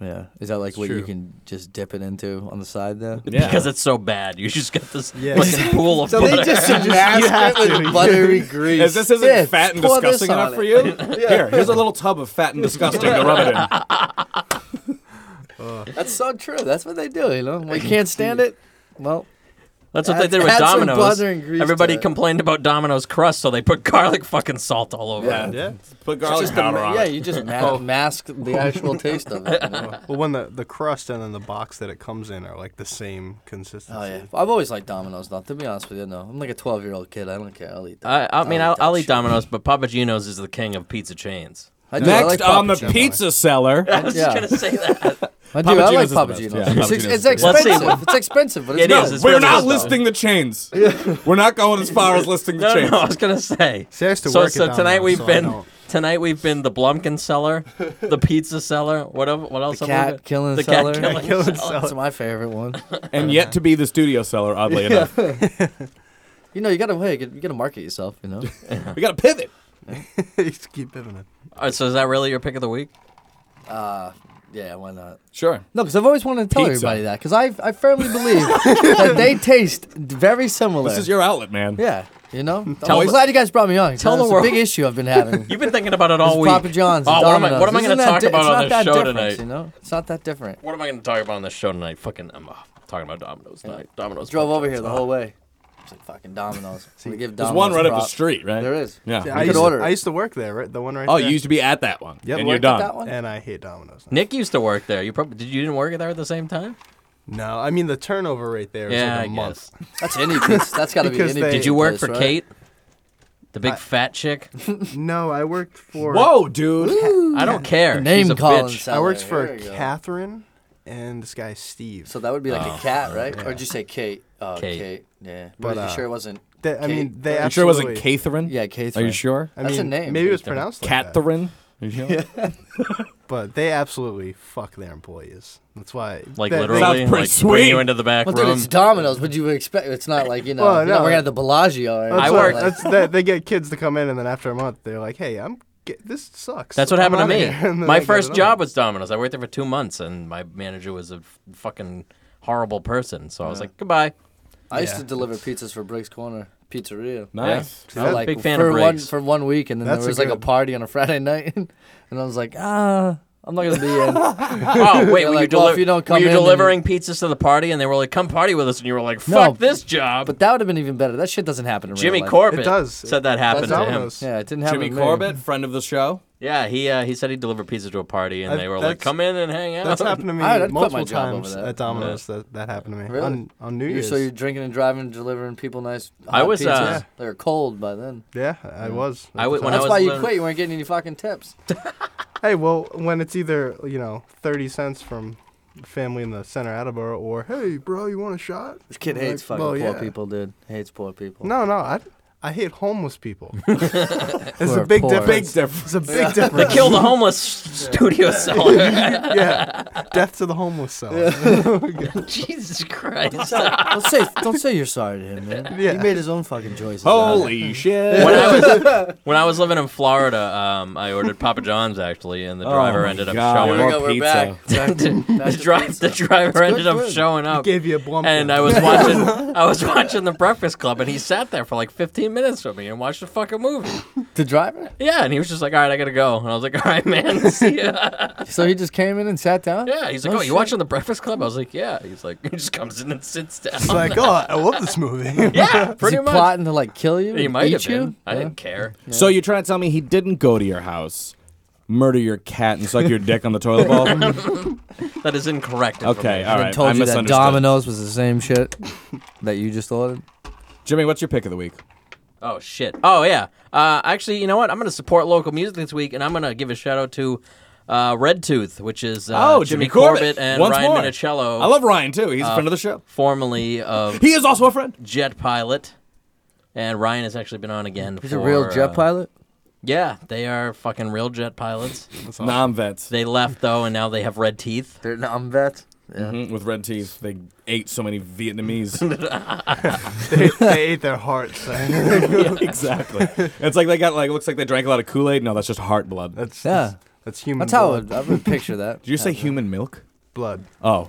Speaker 4: Yeah, is that like what you
Speaker 5: true.
Speaker 4: can just dip it into on the side there?
Speaker 1: Yeah.
Speaker 3: Because it's so bad, you just got this
Speaker 5: Yeah.
Speaker 3: fucking pool of
Speaker 4: So
Speaker 3: butter.
Speaker 4: they just
Speaker 5: you have
Speaker 4: mask it
Speaker 5: to.
Speaker 4: with buttery grease.
Speaker 1: As this isn't
Speaker 4: Yeah,
Speaker 1: fat and
Speaker 4: pour this
Speaker 1: disgusting
Speaker 4: on
Speaker 1: enough
Speaker 4: it.
Speaker 1: for you, here, here's a little tub of fat and disgusting to rub it in.
Speaker 4: That's so true. That's what they do. You know, we can't stand it. Well,
Speaker 3: That's what they
Speaker 4: Add-
Speaker 3: did with
Speaker 4: add some
Speaker 3: Domino's.
Speaker 4: butter and grease to
Speaker 3: Everybody
Speaker 4: it.
Speaker 3: complained about Domino's crust, so they put garlic fucking salt all over it.
Speaker 5: Yeah.
Speaker 1: Put
Speaker 4: it's
Speaker 1: garlic
Speaker 4: just the,
Speaker 1: powder
Speaker 4: ma-
Speaker 1: on
Speaker 4: yeah,
Speaker 1: it.
Speaker 4: you just ma- mask the actual taste of it. you know?
Speaker 5: Well, when the, the crust and then the box that it comes in are like the same consistency.
Speaker 4: Oh yeah, I've always liked Domino's. Though to be honest with you, no, I'm like a 12 year old kid. I don't care. I'll eat. That.
Speaker 3: I, I mean,
Speaker 4: eat
Speaker 3: I'll,
Speaker 4: that
Speaker 3: I'll eat
Speaker 4: shit.
Speaker 3: Domino's, but Papa Gino's is the king of pizza chains.
Speaker 4: I do, I
Speaker 1: Next
Speaker 4: like
Speaker 1: on
Speaker 4: Papa
Speaker 1: the
Speaker 4: Gino's.
Speaker 1: pizza seller.
Speaker 3: I was just
Speaker 4: Yeah.
Speaker 3: gonna say that.
Speaker 4: I do.
Speaker 1: Papa
Speaker 4: I
Speaker 1: Gino's
Speaker 4: like
Speaker 1: is the
Speaker 4: Papa
Speaker 1: best.
Speaker 4: Gino's.
Speaker 1: Yeah,
Speaker 4: It's,
Speaker 1: Papa
Speaker 4: ex-
Speaker 1: Gino's
Speaker 4: it's
Speaker 1: is the best.
Speaker 3: Let's see,
Speaker 4: expensive. it's expensive, but it's
Speaker 3: It
Speaker 4: good.
Speaker 3: is. It's
Speaker 1: We're
Speaker 3: really
Speaker 1: not
Speaker 3: good
Speaker 1: listing the chains. We're not going as far as listing the
Speaker 3: No,
Speaker 1: chains.
Speaker 3: no, I was gonna say.
Speaker 5: See, I used to
Speaker 3: so,
Speaker 5: work at
Speaker 3: so tonight
Speaker 5: Domino's,
Speaker 3: we've
Speaker 5: so I
Speaker 3: been
Speaker 5: don't-
Speaker 3: tonight we've been the Blumpkin seller, the pizza seller. What el- what else?
Speaker 4: The
Speaker 3: have we
Speaker 4: cat
Speaker 3: been?
Speaker 4: killing
Speaker 3: the
Speaker 4: seller.
Speaker 3: Cat killing
Speaker 5: Kill and
Speaker 3: seller.
Speaker 5: sell
Speaker 4: That's
Speaker 5: it.
Speaker 4: my favorite one.
Speaker 1: And yet to be the studio seller, oddly enough.
Speaker 4: You know, you gotta hey, you gotta- you gotta market yourself. You know,
Speaker 1: We got to pivot.
Speaker 5: Used to keep doing it.
Speaker 3: All right, so is that really your pick of the week?
Speaker 4: yeah, why not?
Speaker 1: Sure.
Speaker 4: No, because I've always wanted to tell
Speaker 1: Pizza.
Speaker 4: everybody that because I I firmly believe that they taste very similar.
Speaker 1: This is your outlet, man.
Speaker 4: yeah, you know.
Speaker 3: Tell
Speaker 4: I'm
Speaker 3: the-
Speaker 4: glad you guys brought me on. 'cause
Speaker 3: tell the
Speaker 4: that's
Speaker 3: world.
Speaker 4: a big issue I've been having.
Speaker 3: You've been thinking about it all
Speaker 4: It's
Speaker 3: week.
Speaker 4: Papa John's.
Speaker 3: Oh,
Speaker 4: and
Speaker 3: what am I, what am I
Speaker 4: Domino's.
Speaker 3: going to
Speaker 4: Isn't that
Speaker 3: talk
Speaker 4: di-
Speaker 3: about
Speaker 4: it's
Speaker 3: on
Speaker 4: not
Speaker 3: this
Speaker 4: that
Speaker 3: show
Speaker 4: different,
Speaker 3: tonight?
Speaker 4: You know, it's not that different.
Speaker 3: What am I going to talk about on this show tonight? Fucking, I'm uh, talking about Domino's tonight. Domino's.
Speaker 4: Drove
Speaker 3: fucking-
Speaker 4: over here the whole way. It's like fucking Domino's. We give
Speaker 1: There's
Speaker 4: Domino's
Speaker 1: one right
Speaker 4: a
Speaker 1: up the
Speaker 4: prop.
Speaker 1: street, right?
Speaker 4: There is.
Speaker 1: Yeah.
Speaker 5: Yeah,
Speaker 1: You
Speaker 5: I
Speaker 1: could
Speaker 5: used,
Speaker 4: order
Speaker 5: to,
Speaker 4: it.
Speaker 5: I used to work there, right? The one right
Speaker 1: Oh,
Speaker 5: there.
Speaker 1: you used to be at that one.
Speaker 5: Yep.
Speaker 1: and
Speaker 5: Worked
Speaker 1: you're
Speaker 5: at
Speaker 1: done.
Speaker 4: that one?
Speaker 5: And I hate Domino's. now.
Speaker 3: Nick used to work there. You probably did. You didn't work there at the same time.
Speaker 5: No, I mean the turnover rate there is
Speaker 3: yeah,
Speaker 5: like
Speaker 3: I
Speaker 5: a month.
Speaker 3: guess.
Speaker 4: That's any piece. That's got to be
Speaker 5: Because
Speaker 4: any
Speaker 5: they-
Speaker 4: piece.
Speaker 3: Did you work
Speaker 4: place,
Speaker 3: for
Speaker 4: right?
Speaker 3: Kate, the big fat chick?
Speaker 5: No, I worked for.
Speaker 1: Whoa, dude.
Speaker 3: I don't care.
Speaker 4: Name
Speaker 3: She's a
Speaker 4: calling
Speaker 3: bitch.
Speaker 4: sound.
Speaker 5: I worked
Speaker 4: There
Speaker 5: for
Speaker 4: we go.
Speaker 5: Catherine and this guy Steve.
Speaker 4: So that would be like a cat, right? Or
Speaker 5: Oh, yeah.
Speaker 4: did you say Kate? Oh,
Speaker 3: Kate.
Speaker 4: Kate. Yeah.
Speaker 5: But,
Speaker 4: But you
Speaker 5: uh,
Speaker 4: sure it wasn't?
Speaker 5: They- I mean,
Speaker 4: Kate.
Speaker 5: they
Speaker 1: You sure it wasn't
Speaker 5: absolutely-
Speaker 1: Catherine?
Speaker 4: Yeah, Kate.
Speaker 1: Are you sure?
Speaker 5: I
Speaker 4: That's a
Speaker 5: mean,
Speaker 4: name.
Speaker 5: Maybe it was
Speaker 3: Catherine.
Speaker 5: pronounced like that.
Speaker 1: Catherine? Are you sure?
Speaker 5: But they absolutely fuck their employees. That's why.
Speaker 3: Like
Speaker 5: that- they-
Speaker 1: pretty
Speaker 3: literally, like bring you
Speaker 1: sweet.
Speaker 3: into the back
Speaker 4: Well, dude,
Speaker 3: room.
Speaker 4: it's Domino's. Would you expect? It's not like you know.
Speaker 5: Well,
Speaker 4: you know,
Speaker 5: no.
Speaker 4: we're at the Bellagio. Or
Speaker 5: That's
Speaker 3: I
Speaker 5: what-
Speaker 3: work-
Speaker 5: That's that they get kids to come in, and then after a month, they're like, "Hey, I'm get, this sucks."
Speaker 3: That's what
Speaker 5: I'm
Speaker 3: happened to
Speaker 5: outta
Speaker 3: me.
Speaker 5: here," and then
Speaker 3: My
Speaker 5: they get
Speaker 3: first
Speaker 5: another
Speaker 3: job
Speaker 5: one.
Speaker 3: was Domino's. I worked there for two months, and my manager was a f- fucking horrible person. So I was like, goodbye.
Speaker 4: I used to
Speaker 5: Yeah.
Speaker 4: deliver pizzas for Briggs Corner Pizzeria.
Speaker 1: Nice.
Speaker 5: Yeah. that's-
Speaker 4: like
Speaker 3: Big fan
Speaker 4: for
Speaker 3: of
Speaker 4: one
Speaker 3: Briggs.
Speaker 4: for one week, and then
Speaker 5: That's
Speaker 4: there
Speaker 5: a
Speaker 4: was like a
Speaker 5: good-
Speaker 4: party on a Friday night, and I was like, ah, I'm not gonna be in.
Speaker 3: Oh wait, were
Speaker 4: like,
Speaker 3: you,
Speaker 4: well, if
Speaker 3: deli-
Speaker 4: you don't
Speaker 3: were
Speaker 4: come
Speaker 3: you
Speaker 4: in, then
Speaker 3: delivering pizzas to the party, and they were like, "Come party with us," and you were like,
Speaker 4: No,
Speaker 3: "Fuck this job."
Speaker 4: But that would have been even better. That shit doesn't happen in real
Speaker 3: Jimmy
Speaker 4: life.
Speaker 3: Corbett
Speaker 5: It does.
Speaker 3: said that happened to him.
Speaker 5: Domino's.
Speaker 4: Yeah, it didn't happen.
Speaker 1: Jimmy
Speaker 4: to me.
Speaker 1: Corbett, friend of the show.
Speaker 3: Yeah, he uh, he said he delivered pizza to a party, and
Speaker 5: I-
Speaker 3: they were like,
Speaker 5: that's-
Speaker 3: "Come in and hang out."
Speaker 5: That's happened to me
Speaker 4: I'd- I'd quit my
Speaker 5: multiple
Speaker 4: job over
Speaker 5: times
Speaker 4: that.
Speaker 5: at Domino's. That that happened to me
Speaker 4: Really?
Speaker 5: on on New
Speaker 4: You,
Speaker 5: Year's.
Speaker 4: so you're drinking and driving, delivering people nice.
Speaker 3: I
Speaker 4: hot
Speaker 3: was,
Speaker 4: pizzas.
Speaker 3: uh,
Speaker 4: they were cold by then.
Speaker 5: yeah, I was. at
Speaker 3: I
Speaker 5: the
Speaker 3: would- when
Speaker 5: time.
Speaker 4: That's
Speaker 3: was
Speaker 4: why you
Speaker 3: living-
Speaker 4: quit. You weren't getting any fucking tips.
Speaker 5: Hey, well, when it's either you know thirty cents from family in the center of Attleboro, or hey, bro, you want a shot?
Speaker 4: This kid
Speaker 5: Like,
Speaker 4: hates fucking
Speaker 5: well,
Speaker 4: poor
Speaker 5: yeah.
Speaker 4: people, dude. Hates poor people.
Speaker 5: No, no, I, I hate homeless people. it's
Speaker 4: Poor,
Speaker 5: a big
Speaker 4: poor.
Speaker 5: difference.
Speaker 1: Big difference.
Speaker 5: It's a big
Speaker 3: They
Speaker 5: difference.
Speaker 3: killed a homeless studio seller.
Speaker 5: yeah, death to the homeless cell.
Speaker 3: Jesus Christ!
Speaker 4: don't say don't say you're sorry to him, man.
Speaker 5: Yeah.
Speaker 4: He made his own fucking choices.
Speaker 1: Holy shit!
Speaker 3: when I was when I was living in Florida, um, I ordered Papa John's actually, and the
Speaker 1: Oh
Speaker 3: driver
Speaker 1: my
Speaker 3: ended
Speaker 1: God.
Speaker 3: up showing
Speaker 1: Here
Speaker 3: up.
Speaker 1: we go, we're pizza. back.
Speaker 3: The, dri- the driver ended up
Speaker 4: food.
Speaker 3: showing up.
Speaker 5: Gave you a blumpkin.
Speaker 3: And I was watching, I was watching The Breakfast Club, and he sat there for like 15 minutes with me and watched a fucking movie.
Speaker 4: The driver?
Speaker 3: Yeah, and he was just like, "All right, I gotta go," and I was like, "All right, man, see ya."
Speaker 4: So he just came in and sat down.
Speaker 3: Yeah, he's like, "Oh, you watching The Breakfast Club?" I was like, "Yeah." He's like, he just comes in and sits down.
Speaker 5: It's like, oh, I love this movie.
Speaker 3: yeah,
Speaker 4: Is
Speaker 3: pretty
Speaker 4: he
Speaker 3: much.
Speaker 4: plotting to like kill you?
Speaker 3: he
Speaker 4: and
Speaker 3: might
Speaker 4: eat
Speaker 3: have
Speaker 4: you?
Speaker 3: been. I
Speaker 4: Yeah.
Speaker 3: didn't care.
Speaker 1: So you're trying to tell me he didn't go to your house, murder your cat, and suck your dick on the toilet bowl?
Speaker 3: That is incorrect.
Speaker 1: Okay,
Speaker 3: information.
Speaker 1: all
Speaker 4: I
Speaker 1: right.
Speaker 4: told
Speaker 1: I
Speaker 4: you that
Speaker 1: misunderstood.
Speaker 4: Domino's was the same shit that you just ordered.
Speaker 1: Jimmy, what's your pick of the week?
Speaker 3: Oh shit. Oh yeah. Uh, actually, you know what? I'm gonna support local music this week, and I'm gonna give a shout out to uh, Red Tooth, which is uh,
Speaker 1: Oh,
Speaker 3: Jimmy,
Speaker 1: Jimmy
Speaker 3: Corbett,
Speaker 1: Corbett.
Speaker 3: and
Speaker 1: Once
Speaker 3: Ryan
Speaker 1: more.
Speaker 3: Minicello,
Speaker 1: I love Ryan too.
Speaker 4: Uh,
Speaker 1: He's a friend of the show.
Speaker 3: formerly of
Speaker 1: He is also a friend.
Speaker 3: Jet Pilot. And Ryan has actually been on again. uh,
Speaker 4: He's a real jet pilot.
Speaker 3: Yeah, they are fucking real jet pilots.
Speaker 4: Oh.
Speaker 1: Non vets
Speaker 3: they left though, and now they have red teeth.
Speaker 4: They're non vets.
Speaker 1: Mm-hmm, with red teeth. They ate so many Vietnamese.
Speaker 5: they, they ate their hearts.
Speaker 1: exactly. It's like they got like looks like they drank a lot of Kool Aid. No, that's just heart blood.
Speaker 5: That's
Speaker 4: Yeah.
Speaker 5: that's human.
Speaker 4: That's how I
Speaker 5: blood.
Speaker 4: would, I would picture that.
Speaker 1: Did you say human milk?
Speaker 5: blood.
Speaker 1: Oh,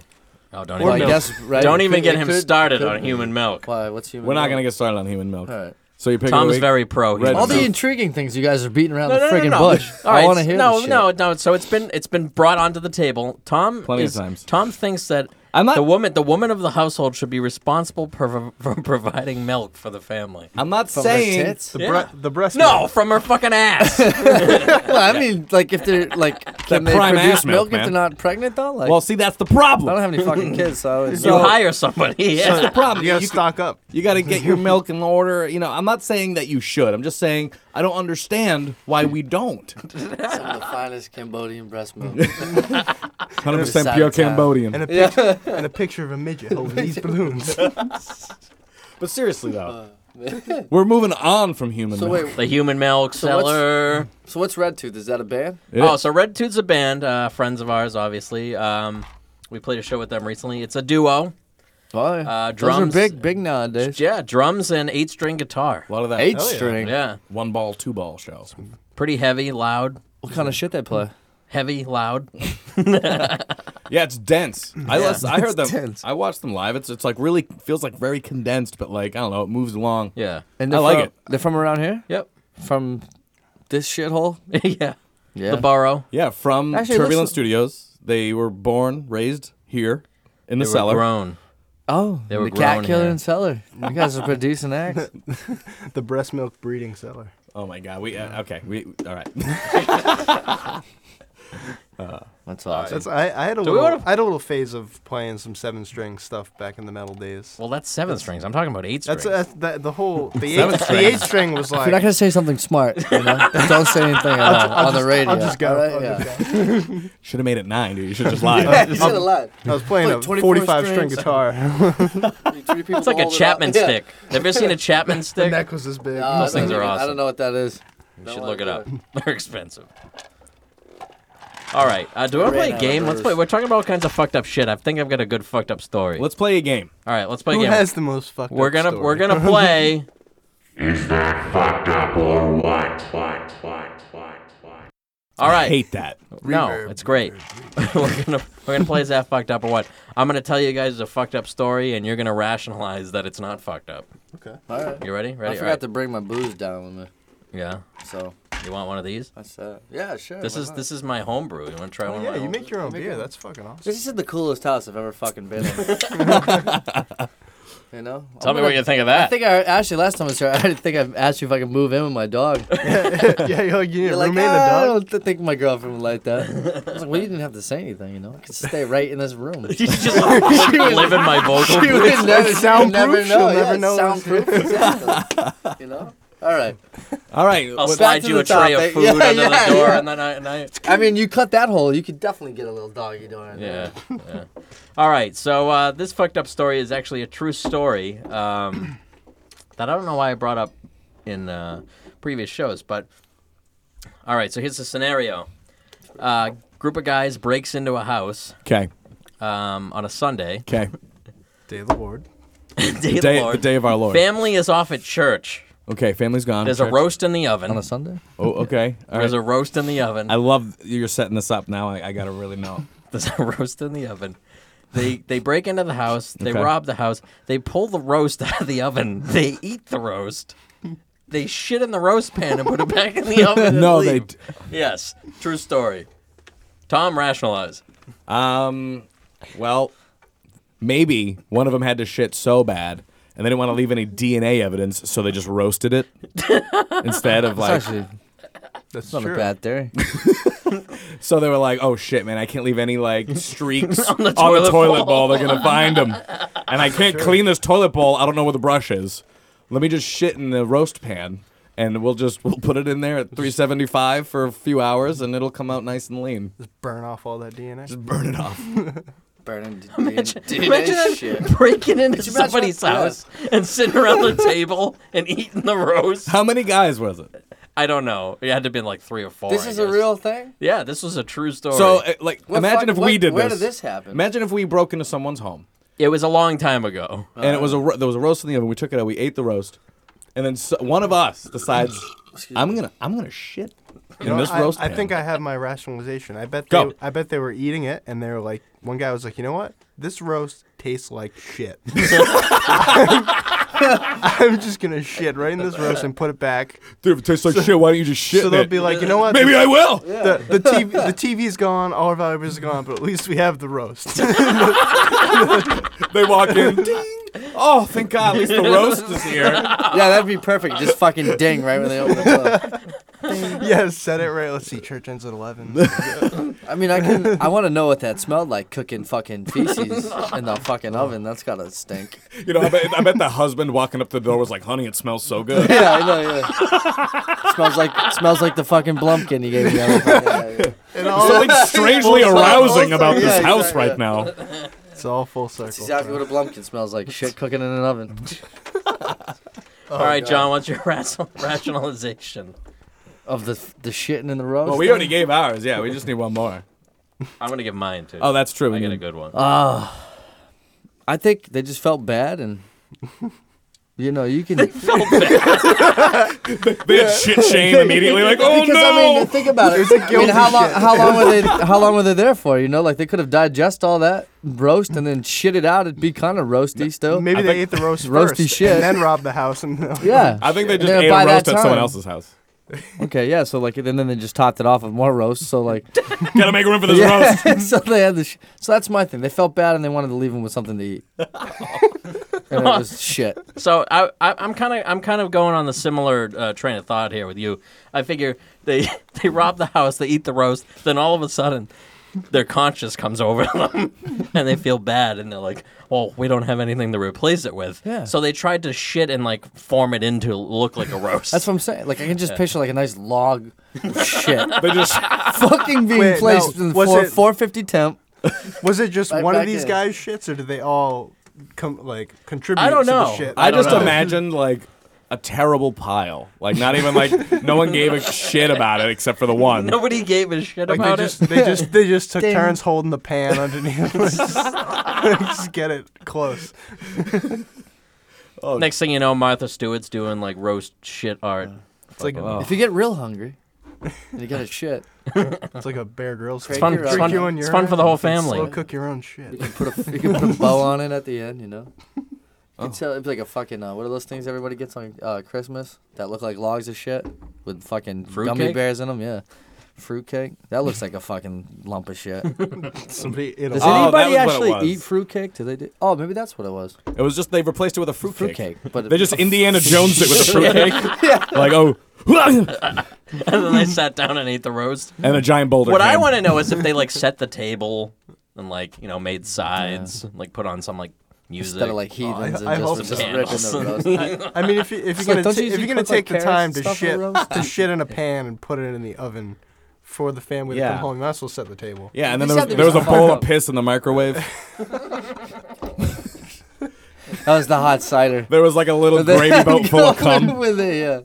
Speaker 3: Oh, don't
Speaker 5: Or
Speaker 4: Well, I
Speaker 3: even.
Speaker 5: milk.
Speaker 4: guess, right?
Speaker 3: Don't
Speaker 4: It
Speaker 3: even
Speaker 4: could-
Speaker 3: get
Speaker 4: it
Speaker 3: him
Speaker 4: could-
Speaker 3: started
Speaker 4: could
Speaker 3: on
Speaker 4: be.
Speaker 3: human milk.
Speaker 4: Why? What's human?
Speaker 1: we're not
Speaker 4: milk?
Speaker 1: gonna get started on human milk.
Speaker 4: All right.
Speaker 1: So your pick of the
Speaker 3: Tom's
Speaker 1: week?
Speaker 3: very pro.
Speaker 1: Red
Speaker 4: All
Speaker 3: human
Speaker 1: Tooth.
Speaker 4: the
Speaker 3: milk.
Speaker 4: intriguing things you guys are beating around
Speaker 3: No,
Speaker 4: the
Speaker 3: no, no,
Speaker 4: friggin'
Speaker 3: no.
Speaker 4: bush.
Speaker 3: All right,
Speaker 4: I want to hear
Speaker 3: no,
Speaker 4: this
Speaker 3: no,
Speaker 4: shit.
Speaker 3: no. So it's been it's been brought onto the table. Tom
Speaker 1: Plenty of
Speaker 3: is-
Speaker 1: times.
Speaker 3: Tom thinks that
Speaker 1: I'm not-
Speaker 3: the woman the woman of the household should be responsible for, for providing milk for the family.
Speaker 1: I'm not
Speaker 4: From their
Speaker 1: saying.
Speaker 4: tits?
Speaker 5: The,
Speaker 3: Yeah.
Speaker 5: bre- the breast.
Speaker 3: No,
Speaker 5: milk.
Speaker 3: from her fucking ass.
Speaker 4: Well, I mean, like if they're like, can they
Speaker 1: prime
Speaker 4: produce
Speaker 1: ass milk,
Speaker 4: if they're
Speaker 1: man.
Speaker 4: not pregnant though? Like,
Speaker 1: Well, see, that's the
Speaker 4: I don't
Speaker 1: problem.
Speaker 4: have any fucking kids, so it's
Speaker 3: you hire somebody. Yeah.
Speaker 1: That's the problem.
Speaker 5: You gotta
Speaker 1: You
Speaker 5: stock up.
Speaker 1: You got to get your milk in order. You know, I'm not saying that you should. I'm just saying I don't understand why we don't.
Speaker 4: some of the finest Cambodian breast milk.
Speaker 1: 100%
Speaker 4: Side
Speaker 1: pure
Speaker 4: of town.
Speaker 5: And
Speaker 1: Cambodian.
Speaker 5: a picture, and a picture of a midget holding these balloons.
Speaker 1: But seriously though, we're moving on from human
Speaker 4: so
Speaker 1: milk.
Speaker 4: wait,
Speaker 3: The human milk
Speaker 4: So what's-
Speaker 3: seller.
Speaker 4: so what's Red Tooth? Is that a band?
Speaker 1: It
Speaker 3: oh,
Speaker 1: is.
Speaker 3: so Red Tooth's a band, uh, friends of ours, obviously. Um, we played a show with them recently. It's a duo.
Speaker 4: Well,
Speaker 3: Uh, drums-
Speaker 4: Those are big, big nowadays.
Speaker 3: Yeah, drums and eight string guitar.
Speaker 1: a lot of that oh,
Speaker 4: Eight
Speaker 5: Hell yeah.
Speaker 4: string.
Speaker 3: Yeah,
Speaker 1: one ball, two ball show.
Speaker 3: pretty heavy, loud,
Speaker 4: What kind of shit they play?
Speaker 3: heavy, loud.
Speaker 1: Yeah, it's dense. I lis- I heard them.
Speaker 4: dense.
Speaker 1: I watched them live. It's it's like really feels like very condensed, but like I don't know, it moves along.
Speaker 3: Yeah.
Speaker 4: And
Speaker 1: I
Speaker 4: they're
Speaker 1: like
Speaker 4: from-
Speaker 1: it.
Speaker 4: They're from around here.
Speaker 3: Yep.
Speaker 4: From this shithole.
Speaker 3: yeah.
Speaker 4: Yeah.
Speaker 3: The borough.
Speaker 1: Yeah, from
Speaker 4: Actually,
Speaker 1: Turbulent
Speaker 4: listen-
Speaker 1: Studios. They were born, raised here in the
Speaker 3: They were
Speaker 1: cellar.
Speaker 3: grown.
Speaker 4: oh,
Speaker 3: They were
Speaker 4: the cat
Speaker 3: grown
Speaker 4: killer
Speaker 3: here.
Speaker 4: and cellar. You guys are producing acts.
Speaker 5: the breast milk breeding cellar.
Speaker 1: Oh my god. We uh, okay. We all right.
Speaker 4: That's awesome.
Speaker 5: That's I, I had a
Speaker 3: we
Speaker 5: little
Speaker 3: wanna-
Speaker 5: I had a little phase of playing some seven string stuff back in the metal days.
Speaker 3: Well, that's seven strings. I'm talking about eight strings.
Speaker 5: That's, that's that, the whole the
Speaker 1: Seven
Speaker 5: eight, the eight string
Speaker 4: If
Speaker 5: was
Speaker 4: you're not
Speaker 5: like
Speaker 4: gonna say something smart, you know, don't say anything at all on the radio.
Speaker 5: I'll just go.
Speaker 4: all right?
Speaker 5: I'll
Speaker 4: yeah.
Speaker 5: just go.
Speaker 1: Should have made it nine, dude. You should just lie.
Speaker 4: You said it live.
Speaker 5: I was playing
Speaker 4: Like
Speaker 5: a
Speaker 4: 24
Speaker 5: forty five string
Speaker 4: strings.
Speaker 5: guitar.
Speaker 3: it's like a Chapman stick. Have you ever seen a Chapman
Speaker 5: the
Speaker 3: stick?
Speaker 5: neck was this big.
Speaker 3: Those things are
Speaker 4: Uh, I
Speaker 3: awesome.
Speaker 4: don't know what that is.
Speaker 3: You should look it up. They're expensive. All right. Uh, do I want to
Speaker 4: Ran
Speaker 3: play
Speaker 4: out
Speaker 3: a
Speaker 4: of
Speaker 3: game? Let's
Speaker 4: verse.
Speaker 3: play. We're talking about all kinds of fucked up shit. I think I've got a good fucked up story.
Speaker 1: Let's play a game.
Speaker 3: all right. Let's play
Speaker 5: Who
Speaker 3: a game.
Speaker 5: has the most fucked
Speaker 3: we're
Speaker 5: up
Speaker 3: gonna
Speaker 5: story?
Speaker 3: we're gonna play.
Speaker 2: Is that fucked up or what? What? What? What? What?
Speaker 3: All
Speaker 1: I
Speaker 3: right.
Speaker 1: hate that.
Speaker 3: No,
Speaker 5: Reverb,
Speaker 3: it's great. we're gonna we're gonna play is that fucked up or what? I'm gonna tell you guys a fucked up story, and you're gonna rationalize that it's not fucked up.
Speaker 5: Okay.
Speaker 4: All right.
Speaker 3: You ready? Ready?
Speaker 4: I
Speaker 3: All
Speaker 4: forgot
Speaker 3: right.
Speaker 4: to bring my booze down with me,
Speaker 3: Yeah.
Speaker 4: so
Speaker 3: You want one of these?
Speaker 4: That's uh, yeah, sure.
Speaker 3: This
Speaker 4: why
Speaker 3: is
Speaker 4: not?
Speaker 3: this is my homebrew. You want to try one?
Speaker 5: yeah,
Speaker 3: of my
Speaker 5: you
Speaker 3: home-
Speaker 5: make your own
Speaker 4: Make
Speaker 5: beer.
Speaker 4: it-
Speaker 5: That's fucking awesome.
Speaker 4: This is the coolest house I've ever fucking been in. you know.
Speaker 3: Tell
Speaker 4: I'm
Speaker 3: me what
Speaker 4: gonna-
Speaker 3: you think of that.
Speaker 4: I think I actually last time I was here, I think I asked you if I could move in with my dog.
Speaker 5: yeah, you're like, you need a
Speaker 4: You're like,
Speaker 5: roommate and
Speaker 4: "Ah,
Speaker 5: a
Speaker 4: I
Speaker 5: dog.
Speaker 4: don't th- think my girlfriend would like that. I was like, well, you didn't have to say anything, you know. I could stay right in this room.
Speaker 3: you just live in my vocal.
Speaker 4: You would never, you would
Speaker 5: soundproof. She'll
Speaker 4: yeah,
Speaker 5: never know.
Speaker 4: Soundproof, exactly. you know. All right.
Speaker 1: All right.
Speaker 3: I'll
Speaker 1: what-
Speaker 3: slide
Speaker 4: to
Speaker 3: you
Speaker 4: the
Speaker 3: a tray of
Speaker 4: topic.
Speaker 3: food
Speaker 4: Yeah,
Speaker 3: under
Speaker 4: yeah,
Speaker 3: the door,
Speaker 4: yeah.
Speaker 3: and then I, and I
Speaker 4: I mean, you cut that hole, you could definitely get a little doggy door in
Speaker 3: yeah,
Speaker 4: there.
Speaker 3: yeah. All right, so uh, this fucked up story is actually a true story um, that I don't know why I brought up in uh, previous shows, but all right, so here's the scenario: uh, group of guys breaks into a house
Speaker 1: Okay.
Speaker 3: um, on a Sunday,
Speaker 1: Okay.
Speaker 5: Day of the Lord.
Speaker 1: The
Speaker 3: day, of
Speaker 1: day,
Speaker 3: the Lord.
Speaker 1: the day of our Lord.
Speaker 3: Family is off at church.
Speaker 1: okay. Family's gone.
Speaker 3: There's a
Speaker 1: Church-
Speaker 3: roast in the oven.
Speaker 4: On a Sunday?
Speaker 1: Oh, okay. All right.
Speaker 3: There's a roast in the oven.
Speaker 1: I love you're setting this up now. I, I gotta really know.
Speaker 3: There's a roast in the oven. They they break into the house. They
Speaker 1: Okay.
Speaker 3: rob the house. They pull the roast out of the oven. They eat the roast. They shit in the roast pan and put it back in the oven. and
Speaker 1: no, they.
Speaker 3: leave.
Speaker 1: d-
Speaker 3: Yes, true story. Tom, rationalize.
Speaker 1: Um, well, maybe one of them had to shit so bad, and they didn't want to leave any DNA evidence, so they just roasted it instead of like.
Speaker 4: It's actually
Speaker 5: That's
Speaker 4: not
Speaker 5: true.
Speaker 4: a bad theory.
Speaker 1: So they were like, "Oh shit, man, I can't leave any like streaks on
Speaker 3: the toilet bowl.
Speaker 1: bowl. They're gonna find them, and I can't clean this toilet bowl. I don't know where the brush is. Let me just shit in the roast pan." And we'll just we'll put it in there at 375 for a few hours, and it'll come out nice and lean.
Speaker 5: Just burn off all that DNA.
Speaker 1: Just burn it off.
Speaker 4: Burning d-
Speaker 3: Imagine,
Speaker 4: DNA
Speaker 3: imagine them
Speaker 4: shit.
Speaker 3: breaking into
Speaker 4: you imagine-
Speaker 3: somebody's
Speaker 4: yeah.
Speaker 3: house and sitting around the table and eating the roast.
Speaker 1: How many guys was it?
Speaker 3: I don't know. It had to have been like three or four.
Speaker 4: This
Speaker 3: I
Speaker 4: is a
Speaker 3: guess.
Speaker 4: real thing?
Speaker 3: Yeah, this was a true story.
Speaker 1: So, uh, like,
Speaker 4: What
Speaker 1: imagine if
Speaker 4: fuck-
Speaker 1: we
Speaker 4: what-
Speaker 1: did
Speaker 4: where
Speaker 1: this.
Speaker 4: did this happen?
Speaker 1: Imagine if we broke into someone's home
Speaker 3: it was a long time ago.
Speaker 1: and it was a ro- there was a roast in the oven. We took it out. We ate the roast, and then so, one of us decides I'm gonna I'm gonna shit in
Speaker 5: You know,
Speaker 1: this
Speaker 5: I,
Speaker 1: roast.
Speaker 5: I
Speaker 1: pan."
Speaker 5: think I have my rationalization. I bet
Speaker 1: Go.
Speaker 5: they, I bet they were eating it and they were like one guy was like, "You know what? This roast tastes like shit." I'm just going to shit right in this roast and put it back.
Speaker 1: dude, if it tastes like shit, why don't you just shit?
Speaker 5: So
Speaker 1: in
Speaker 5: they'll
Speaker 1: it?
Speaker 5: be like, "You know
Speaker 4: "Oh,
Speaker 5: what?
Speaker 1: maybe I will.
Speaker 5: the, the, TV, the TV's gone, all our valuables are gone, but at least we have the roast. That's
Speaker 1: They walk in. Ding. Oh, thank God! At least the roast is here.
Speaker 4: Yeah, that'd be perfect. Just fucking ding right when they open the door.
Speaker 5: yeah, set it right. Let's see. Church ends at 11.
Speaker 4: I mean, I can. I want to know what that smelled like cooking fucking feces in the fucking oven. That's gotta stink.
Speaker 1: You know, I bet, I bet the husband walking up the door was like, "Honey, it smells so good."
Speaker 4: Yeah, I know. Yeah. smells like smells like the fucking blumpkin you gave me. the other fucking day.
Speaker 5: And all,
Speaker 1: Something strangely
Speaker 4: Also-
Speaker 1: arousing
Speaker 4: also-
Speaker 1: about this
Speaker 4: yeah,
Speaker 1: house
Speaker 4: exactly.
Speaker 1: right now.
Speaker 5: it's all full circle.
Speaker 4: That's exactly what a blumpkin smells like. Shit cooking in an oven.
Speaker 3: All right, John, what's your rational- rationalization?
Speaker 4: Of the the shitting in the roast.
Speaker 1: Well, we already gave ours. Yeah, we just need one more.
Speaker 3: I'm gonna give mine too.
Speaker 1: Oh, that's true.
Speaker 3: I
Speaker 1: We
Speaker 3: get a
Speaker 1: need-
Speaker 3: good one.
Speaker 4: I think they just felt bad and. You know, you can. because
Speaker 1: They had shit shame immediately. Like, oh no!
Speaker 4: I mean, think about it. I mean, how long? How long were they? How long were they there for? You know, like they could have digest all that roast and then shit it out. It'd be kind of roasty still.
Speaker 5: Maybe they ate the roast
Speaker 4: Roasty
Speaker 5: first
Speaker 4: shit.
Speaker 5: and then robbed the house. And
Speaker 4: Yeah.
Speaker 1: I think they
Speaker 4: And
Speaker 1: just
Speaker 4: then
Speaker 1: ate a
Speaker 4: by that
Speaker 1: roast at someone
Speaker 4: time-
Speaker 1: else's house.
Speaker 4: Okay, yeah. So like, and then they just topped it off with more roast. So like,
Speaker 1: Gotta make room for this roast.
Speaker 4: yeah. so they had the. Sh- so that's my thing. They felt bad and they wanted to leave him with something to eat. and it was shit.
Speaker 3: So I, I, I'm kind of I'm kind of going on the similar uh, train of thought here with you. I figure they they rob the house, they eat the roast, then all of a sudden their conscience comes over them and they feel bad and they're like, "Well, we don't have anything to replace it with."
Speaker 4: Yeah.
Speaker 3: So they tried to shit and like form it into look like a roast.
Speaker 4: That's what I'm saying. Like I can just picture like a nice log of shit
Speaker 1: They just
Speaker 4: fucking being
Speaker 5: Wait,
Speaker 4: placed
Speaker 5: no,
Speaker 4: in
Speaker 5: was
Speaker 4: four
Speaker 5: it-
Speaker 4: four fifty temp.
Speaker 5: Was it just
Speaker 4: Right
Speaker 5: one of
Speaker 4: back
Speaker 5: these
Speaker 4: in.
Speaker 5: guys shits, or did they all come like contribute
Speaker 3: I don't
Speaker 5: to
Speaker 3: know.
Speaker 5: the shit?
Speaker 1: I,
Speaker 3: I don't
Speaker 1: just
Speaker 3: know.
Speaker 1: imagined like a terrible pile. Like not even like no one gave a shit about it except for the one.
Speaker 3: Nobody gave a shit
Speaker 5: like
Speaker 3: about
Speaker 5: they
Speaker 3: it.
Speaker 5: just they just they just took
Speaker 4: Ding.
Speaker 5: turns holding the pan underneath. just, just get it close. oh.
Speaker 3: Next thing you know, Martha Stewart's doing like roast shit art.
Speaker 5: It's like
Speaker 1: Oh.
Speaker 4: If you get real hungry, and you got a shit.
Speaker 5: it's like a Bear Grylls.
Speaker 4: It's
Speaker 3: fun-
Speaker 5: Drink
Speaker 4: it's fun-
Speaker 5: your own
Speaker 3: it's
Speaker 5: urine
Speaker 3: fun for the whole
Speaker 5: and
Speaker 3: family.
Speaker 5: Slow cook your own shit.
Speaker 4: You can put a you can put a bow on it at the end. You know.
Speaker 1: Oh.
Speaker 4: It's, uh, it'd be like a fucking uh, what are those things everybody gets on uh, Christmas that look like logs of shit with fucking
Speaker 3: Fruit
Speaker 4: gummy
Speaker 3: cake?
Speaker 4: bears in them? Yeah, fruitcake. That looks like a fucking lump of shit.
Speaker 5: Somebody ate a
Speaker 4: Does
Speaker 1: Oh, that was what
Speaker 4: anybody
Speaker 1: it was.
Speaker 4: actually eat fruitcake? Do they do? Oh, maybe that's what it was.
Speaker 1: It was just they replaced it with a fruit,
Speaker 4: Fruitcake, but
Speaker 1: They just Indiana Jones it with a fruit cake. Like oh,
Speaker 3: and then they sat down and ate the roast.
Speaker 1: and a giant boulder.
Speaker 3: What I
Speaker 1: came.
Speaker 3: want to know is if they like set the table and like you know made sides, like put on some like music.
Speaker 4: instead of like heathens
Speaker 5: I
Speaker 4: and
Speaker 5: hope
Speaker 4: just,
Speaker 5: so.
Speaker 4: just ripping the roast.
Speaker 5: I mean, if you if you're
Speaker 4: It's
Speaker 5: gonna
Speaker 4: like, don't
Speaker 5: ta-
Speaker 4: you
Speaker 5: if
Speaker 4: usually
Speaker 5: you're gonna
Speaker 4: cook, like,
Speaker 5: take the time
Speaker 4: carrots
Speaker 5: to
Speaker 4: and stuff
Speaker 5: shit
Speaker 4: on roast?
Speaker 5: to shit in a pan and put it in the oven for the family to
Speaker 1: Yeah.
Speaker 5: come home, you might as well set the table.
Speaker 1: Yeah, and then
Speaker 4: You
Speaker 1: there was,
Speaker 4: said
Speaker 1: there
Speaker 4: there
Speaker 1: was a
Speaker 4: was a
Speaker 1: bowl of
Speaker 4: photo.
Speaker 1: piss in the microwave.
Speaker 4: That was the hot cider.
Speaker 1: There was like a little
Speaker 4: They
Speaker 1: gravy
Speaker 4: had
Speaker 1: boat full of
Speaker 4: going
Speaker 1: cum.
Speaker 4: With it, yeah.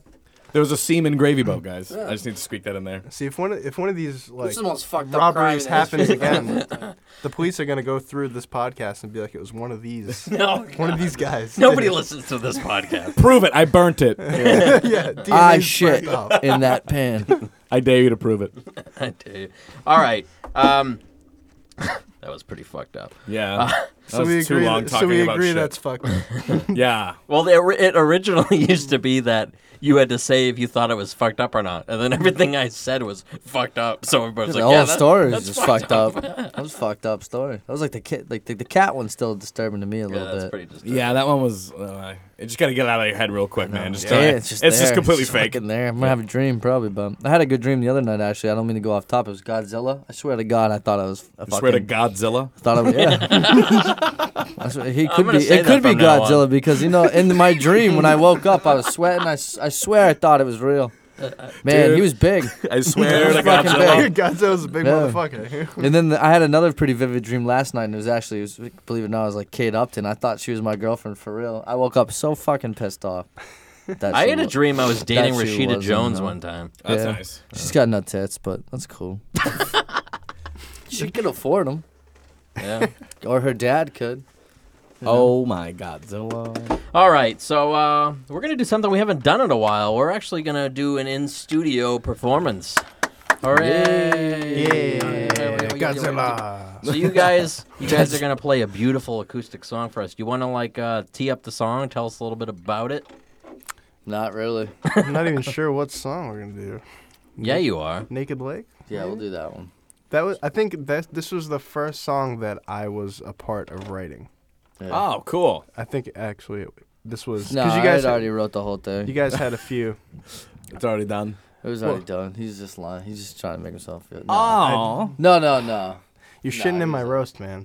Speaker 1: There was a semen gravy boat, guys. I just need to squeak that in there.
Speaker 5: See if one of, if one of these like
Speaker 4: is the most fucked up
Speaker 5: robberies
Speaker 4: crime in the
Speaker 5: happens
Speaker 4: history of
Speaker 5: again, the police are gonna go through this podcast and be like, it was one of these,
Speaker 3: no,
Speaker 5: one of these guys.
Speaker 3: nobody listens to this podcast.
Speaker 1: Prove it. I burnt it.
Speaker 5: yeah, DNA's
Speaker 4: I Ah, shit
Speaker 5: fucked up.
Speaker 4: in that pan.
Speaker 1: I dare you to prove it.
Speaker 3: I tell you. All right, um, that was pretty fucked up.
Speaker 1: Yeah. That
Speaker 5: So
Speaker 1: was
Speaker 5: we
Speaker 1: too
Speaker 5: agree.
Speaker 1: long
Speaker 5: that, so
Speaker 1: talking
Speaker 5: we
Speaker 1: about
Speaker 5: agree
Speaker 1: shit.
Speaker 5: that's fucked. up.
Speaker 1: Yeah.
Speaker 3: Well, they, ori- it originally used to be that you had to say if you thought it was fucked up or not, and then everything I said was fucked up. So everybody's
Speaker 4: the
Speaker 3: like,
Speaker 4: whole
Speaker 3: "Yeah, that-
Speaker 4: story
Speaker 3: that's
Speaker 4: "Oh, is just fucked up. that was a fucked up story. That was like the kid, like the, the cat one's still disturbing to me a
Speaker 3: Yeah,
Speaker 4: little
Speaker 3: that's
Speaker 4: bit.
Speaker 3: pretty disturbing.
Speaker 1: Yeah, that one was. Uh, you just got to get it out of your head real quick, man. Just
Speaker 4: Yeah,
Speaker 1: try-
Speaker 4: it's just there.
Speaker 1: completely
Speaker 4: It's
Speaker 1: fake.
Speaker 4: fucking there. I'm gonna have a dream probably, but I had a good dream the other night. Actually, I don't mean to go off top. It was Godzilla. I swear to God, I thought I was. I
Speaker 1: I swear to
Speaker 4: fucking-
Speaker 1: Godzilla.
Speaker 4: Thought I was. Yeah. I swear- he could
Speaker 3: gonna
Speaker 4: be.
Speaker 3: say
Speaker 4: It
Speaker 3: that
Speaker 4: could be
Speaker 3: from now on.
Speaker 4: Godzilla because you know, in my dream when I woke up, I was sweating. I, s- I swear I thought it was real. Man,
Speaker 1: Dude.
Speaker 4: he was big.
Speaker 1: I swear to
Speaker 4: It's fucking
Speaker 1: Godzilla.
Speaker 4: big.
Speaker 5: Godzilla's a big
Speaker 4: Yeah.
Speaker 5: motherfucker.
Speaker 4: And then I had another pretty vivid dream last night, and it was actually, it was, believe it or not, it was like Kate Upton. I thought she was my girlfriend for real. I woke up so fucking pissed off. That
Speaker 3: I
Speaker 4: she
Speaker 3: had a
Speaker 4: wa-
Speaker 3: dream I was dating
Speaker 4: she
Speaker 3: Rashida
Speaker 4: wasn't,
Speaker 3: Jones
Speaker 4: huh?
Speaker 3: one time.
Speaker 1: That's
Speaker 4: Yeah.
Speaker 1: nice.
Speaker 4: She's got nut tits, but that's cool. she could afford them,
Speaker 3: Yeah.
Speaker 4: or her dad could.
Speaker 1: Oh my Godzilla.
Speaker 3: All right, so uh, we're gonna do something we haven't done in a while. We're actually gonna do an in-studio performance. Hooray!
Speaker 5: Godzilla.
Speaker 3: So you guys, you guys are gonna play a beautiful acoustic song for us. Do you want to like uh, tee up the song? Tell us a little bit about it.
Speaker 4: Not really.
Speaker 5: I'm not even sure what song we're gonna do.
Speaker 3: Yeah, you are.
Speaker 5: Naked Lake.
Speaker 4: Yeah, we'll do that one.
Speaker 5: That was. I think that this was the first song that I was a part of writing.
Speaker 1: Oh, cool.
Speaker 5: I think actually it, this was
Speaker 4: No,
Speaker 5: because you guys
Speaker 4: I
Speaker 5: had,
Speaker 4: had already wrote the whole thing.
Speaker 5: you guys had a few.
Speaker 1: It's already done.
Speaker 4: it was already done. He's just lying. He's just trying to make himself feel. No.
Speaker 1: Oh.
Speaker 4: no, no, no.
Speaker 5: You're shitting in my roast, man.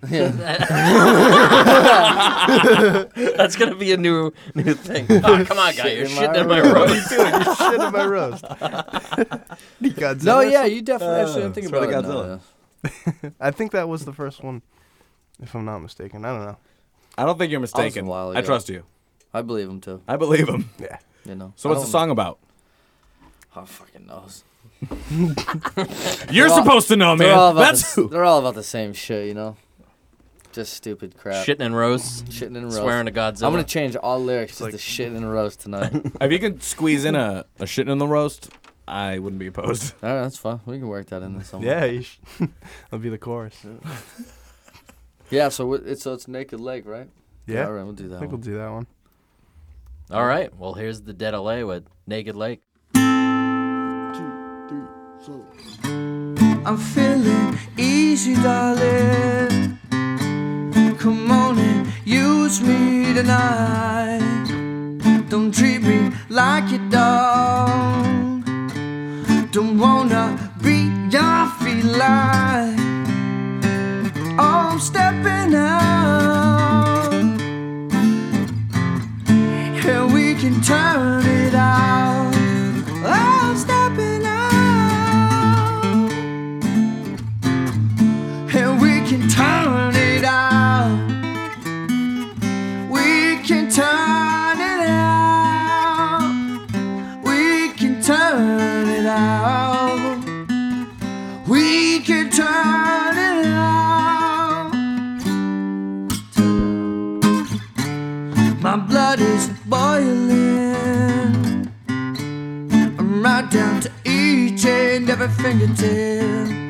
Speaker 3: That's gonna be a new new thing. Oh, come on, guy, you're shitting in my room.
Speaker 5: Dude, you're shitting in my roast. Godzilla.
Speaker 4: No, yeah, you definitely. actually, I'm
Speaker 1: Uh,
Speaker 4: thinking
Speaker 1: swear
Speaker 4: about
Speaker 1: to
Speaker 4: it.
Speaker 1: Godzilla.
Speaker 4: No, no.
Speaker 5: I think that was the first one, if I'm not mistaken. I don't know.
Speaker 1: I don't think you're mistaken.
Speaker 4: while
Speaker 1: I
Speaker 4: ago.
Speaker 1: trust you.
Speaker 4: I believe him too.
Speaker 1: I believe him.
Speaker 5: Yeah.
Speaker 4: You know.
Speaker 1: So
Speaker 4: I
Speaker 1: what's the
Speaker 4: don't-
Speaker 1: song about?
Speaker 4: Who fucking knows?
Speaker 1: You're
Speaker 4: They're all-
Speaker 1: supposed to know,
Speaker 4: They're all
Speaker 1: man.
Speaker 4: about
Speaker 1: That's
Speaker 4: the,
Speaker 1: who.
Speaker 4: they're all about the same shit, you know. Just stupid crap.
Speaker 3: Shitting and roast,
Speaker 4: Shitting and roast.
Speaker 3: swearing to Godzilla.
Speaker 4: I'm gonna change all lyrics to shitting and roast tonight. all
Speaker 1: If you could squeeze in a, a shitting in the roast, I wouldn't be opposed.
Speaker 4: right, that's fine. We can work that in there somewhere.
Speaker 5: Yeah. You sh- That'll be the chorus.
Speaker 4: Yeah. So we- it's so it's naked leg, right?
Speaker 5: Yeah.
Speaker 4: All right, we'll do
Speaker 5: I
Speaker 4: that.
Speaker 5: think we'll
Speaker 4: One.
Speaker 5: do that one.
Speaker 3: All right, well here's the dead LA with Naked Lake.
Speaker 6: I'm feeling easy, darling. Come on and use me tonight. Don't treat me like a dog. Don't wanna be your feline. I'm stepping out, and we can turn it out. I'm stepping out and we can turn it out. We can turn it out. We can turn it out. We can turn it out. My blood is boiling. I'm right down to each and every fingertip.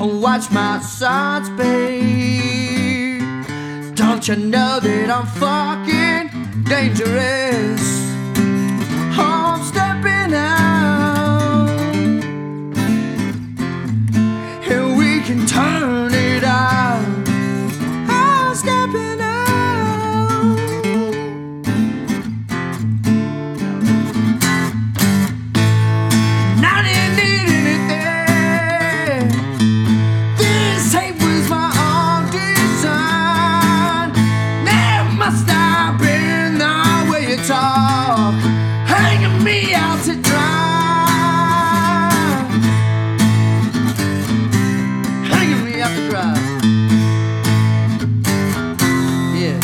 Speaker 6: Watch my sides, babe. Don't you know that I'm fucking dangerous. I'm stepping out. And we can turn it out. I'm stepping out. Not in need anything. This tape was my own design. It must have been the way you talk, hanging me out to dry. Hanging me out to dry. Yeah.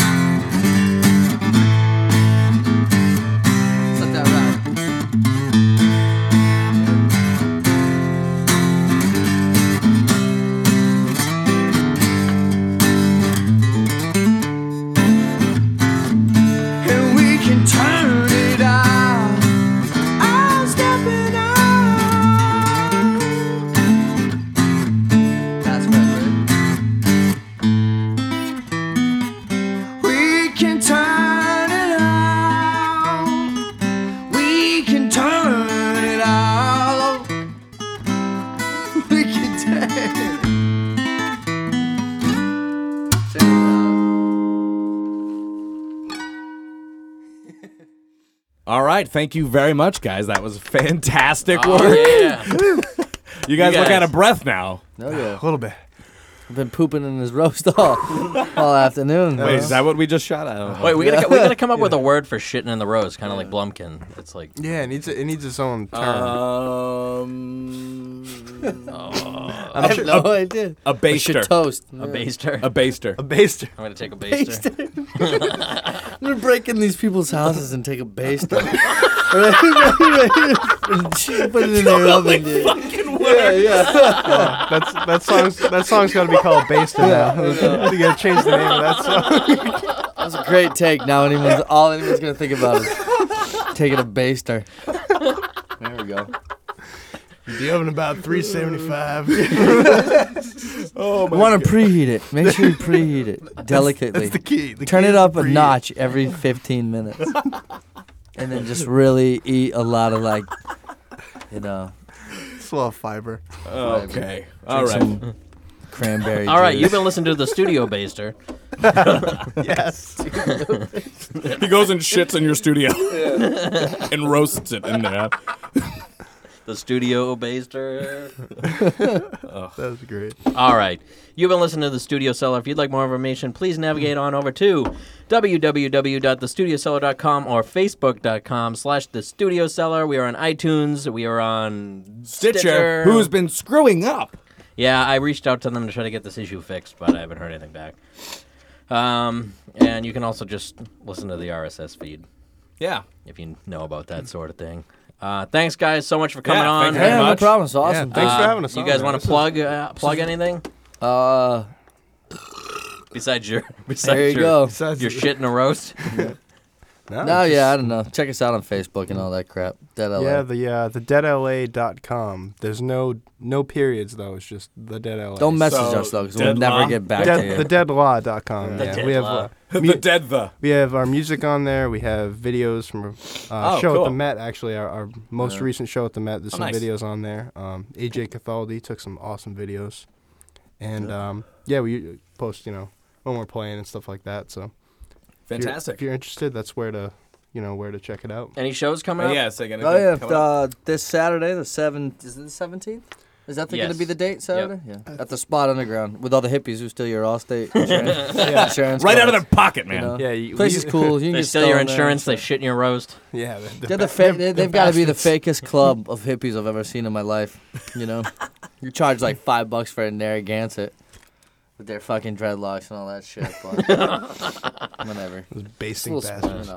Speaker 6: Is that right? and we can turn it out. I'm stepping out. That's right, Rick. We can turn it out. We can turn it out. We can turn it out.
Speaker 1: All right, thank you very much, guys. That was fantastic
Speaker 3: Oh,
Speaker 1: work.
Speaker 3: yeah.
Speaker 1: You guys look
Speaker 3: guys.
Speaker 1: out of breath now.
Speaker 4: No, Oh, yeah.
Speaker 5: A little bit.
Speaker 4: I've been pooping in his roast all, all afternoon.
Speaker 1: Wait, is that what we just shot
Speaker 4: Oh.
Speaker 1: at?
Speaker 3: Wait, we gotta we gotta come up with a word for shitting in the rows, kind of like Blumpkin. It's like
Speaker 5: Yeah, it needs it needs its own term.
Speaker 1: Um,
Speaker 4: I have no idea.
Speaker 1: a
Speaker 4: We should
Speaker 1: baster.
Speaker 4: toast.
Speaker 3: a baster.
Speaker 1: A
Speaker 3: i am
Speaker 1: baster.
Speaker 5: a baster.
Speaker 3: I'm gonna take a baster.
Speaker 4: I'm gonna break in these people's houses and take a baster. and put it in their oven, dude. Yeah, yeah.
Speaker 5: That's that song's that song's got to be called baster now. you got to change the name of that song.
Speaker 4: That's a great take. Now anyone's all anyone's gonna think about is taking a baster. There we go.
Speaker 5: The oven about 375.
Speaker 1: Oh
Speaker 4: You want to preheat it. Make sure you preheat it delicately.
Speaker 5: the key. The
Speaker 4: Turn
Speaker 5: key
Speaker 4: it
Speaker 5: is
Speaker 4: up a
Speaker 5: breathe.
Speaker 4: notch every 15 minutes. and then just really eat a lot of like, you know,
Speaker 5: It's a lot of fiber.
Speaker 1: Okay. All right.
Speaker 4: some cranberry
Speaker 3: All right,
Speaker 4: juice.
Speaker 3: you've been listening to the studio baster.
Speaker 5: Yes.
Speaker 1: He goes and shits in your studio and roasts it in there.
Speaker 3: The studio baster.
Speaker 5: That was great.
Speaker 3: All right. You've been listening to The Studio Seller. If you'd like more information, please navigate on over to www.thestudioseller.com or facebook.com slash The Studio Seller. We are on iTunes. We are on
Speaker 1: Stitcher, who's been screwing up.
Speaker 3: Yeah, I reached out to them to try to get this issue fixed, but I haven't heard anything back. Um, and you can also just listen to the RSS feed
Speaker 1: Yeah.
Speaker 3: if you know about that sort of thing. Uh, thanks, guys, so much for coming
Speaker 1: Yeah,
Speaker 3: on.
Speaker 1: thank you.
Speaker 4: Yeah, no
Speaker 1: much.
Speaker 4: problem. It's awesome.
Speaker 5: thanks for
Speaker 3: Uh,
Speaker 5: having us.
Speaker 3: You
Speaker 5: on,
Speaker 3: guys
Speaker 5: man.
Speaker 3: want
Speaker 5: This
Speaker 3: to
Speaker 5: is-
Speaker 3: plug uh, plug anything
Speaker 4: Uh,
Speaker 3: besides your besides
Speaker 4: there you
Speaker 3: your,
Speaker 4: go.
Speaker 5: Besides
Speaker 3: your
Speaker 5: the-
Speaker 3: shit in a roast?
Speaker 5: No,
Speaker 4: No,
Speaker 5: just-
Speaker 4: yeah, I don't know. Check us out on Facebook and all that crap. Dead LA.
Speaker 5: Yeah, the uh, the deadla.com. There's no no periods though. It's just the dead LA.
Speaker 4: don't message
Speaker 1: So,
Speaker 4: us though, because we'll
Speaker 1: dead
Speaker 4: never
Speaker 1: law?
Speaker 4: get back to you.
Speaker 5: Dead, the deadlaw.com.
Speaker 3: The
Speaker 5: Yeah,
Speaker 3: dead
Speaker 5: we have
Speaker 3: law.
Speaker 5: uh,
Speaker 1: The
Speaker 5: mu-
Speaker 1: dead the.
Speaker 5: we have our music on there. We have videos from uh,
Speaker 1: Oh,
Speaker 5: show at
Speaker 1: cool.
Speaker 5: the Met. Actually, our, our most recent show at the Met. There's
Speaker 1: Oh,
Speaker 5: some
Speaker 1: nice.
Speaker 5: videos on there. Um, AJ Cathaldi took some awesome videos, and um, yeah, we post you know when we're playing and stuff like that. So if you're- If
Speaker 1: Fantastic.
Speaker 5: you're, interested, that's where to you know where to check it out.
Speaker 3: Any shows coming
Speaker 1: Uh,
Speaker 3: up?
Speaker 1: yeah, it's like anything
Speaker 4: oh yeah,
Speaker 1: coming up.
Speaker 4: uh, this Saturday, the seventh. Is it the seventeenth? Is that the going
Speaker 3: Yes.
Speaker 4: to be the date? Saturday,
Speaker 3: Yep.
Speaker 4: yeah. At the spot underground with all the hippies who steal your Allstate insurance, insurance
Speaker 1: right out of
Speaker 4: cards,
Speaker 1: their pocket,
Speaker 4: you
Speaker 1: man.
Speaker 4: know?
Speaker 5: Yeah, you-
Speaker 4: place
Speaker 5: we-
Speaker 4: is cool. You can
Speaker 3: They
Speaker 4: get
Speaker 3: steal your
Speaker 4: stolen there.
Speaker 3: insurance. They shit in your roast.
Speaker 5: Yeah, the,
Speaker 4: They're the fa- they, they've got to be the fakest club of hippies I've ever seen in my life. You know, you charge like five bucks for a Narragansett with their fucking dreadlocks and all that shit. But whatever.
Speaker 5: those
Speaker 4: It's a
Speaker 5: basting
Speaker 4: little sp-
Speaker 5: bastards.
Speaker 4: you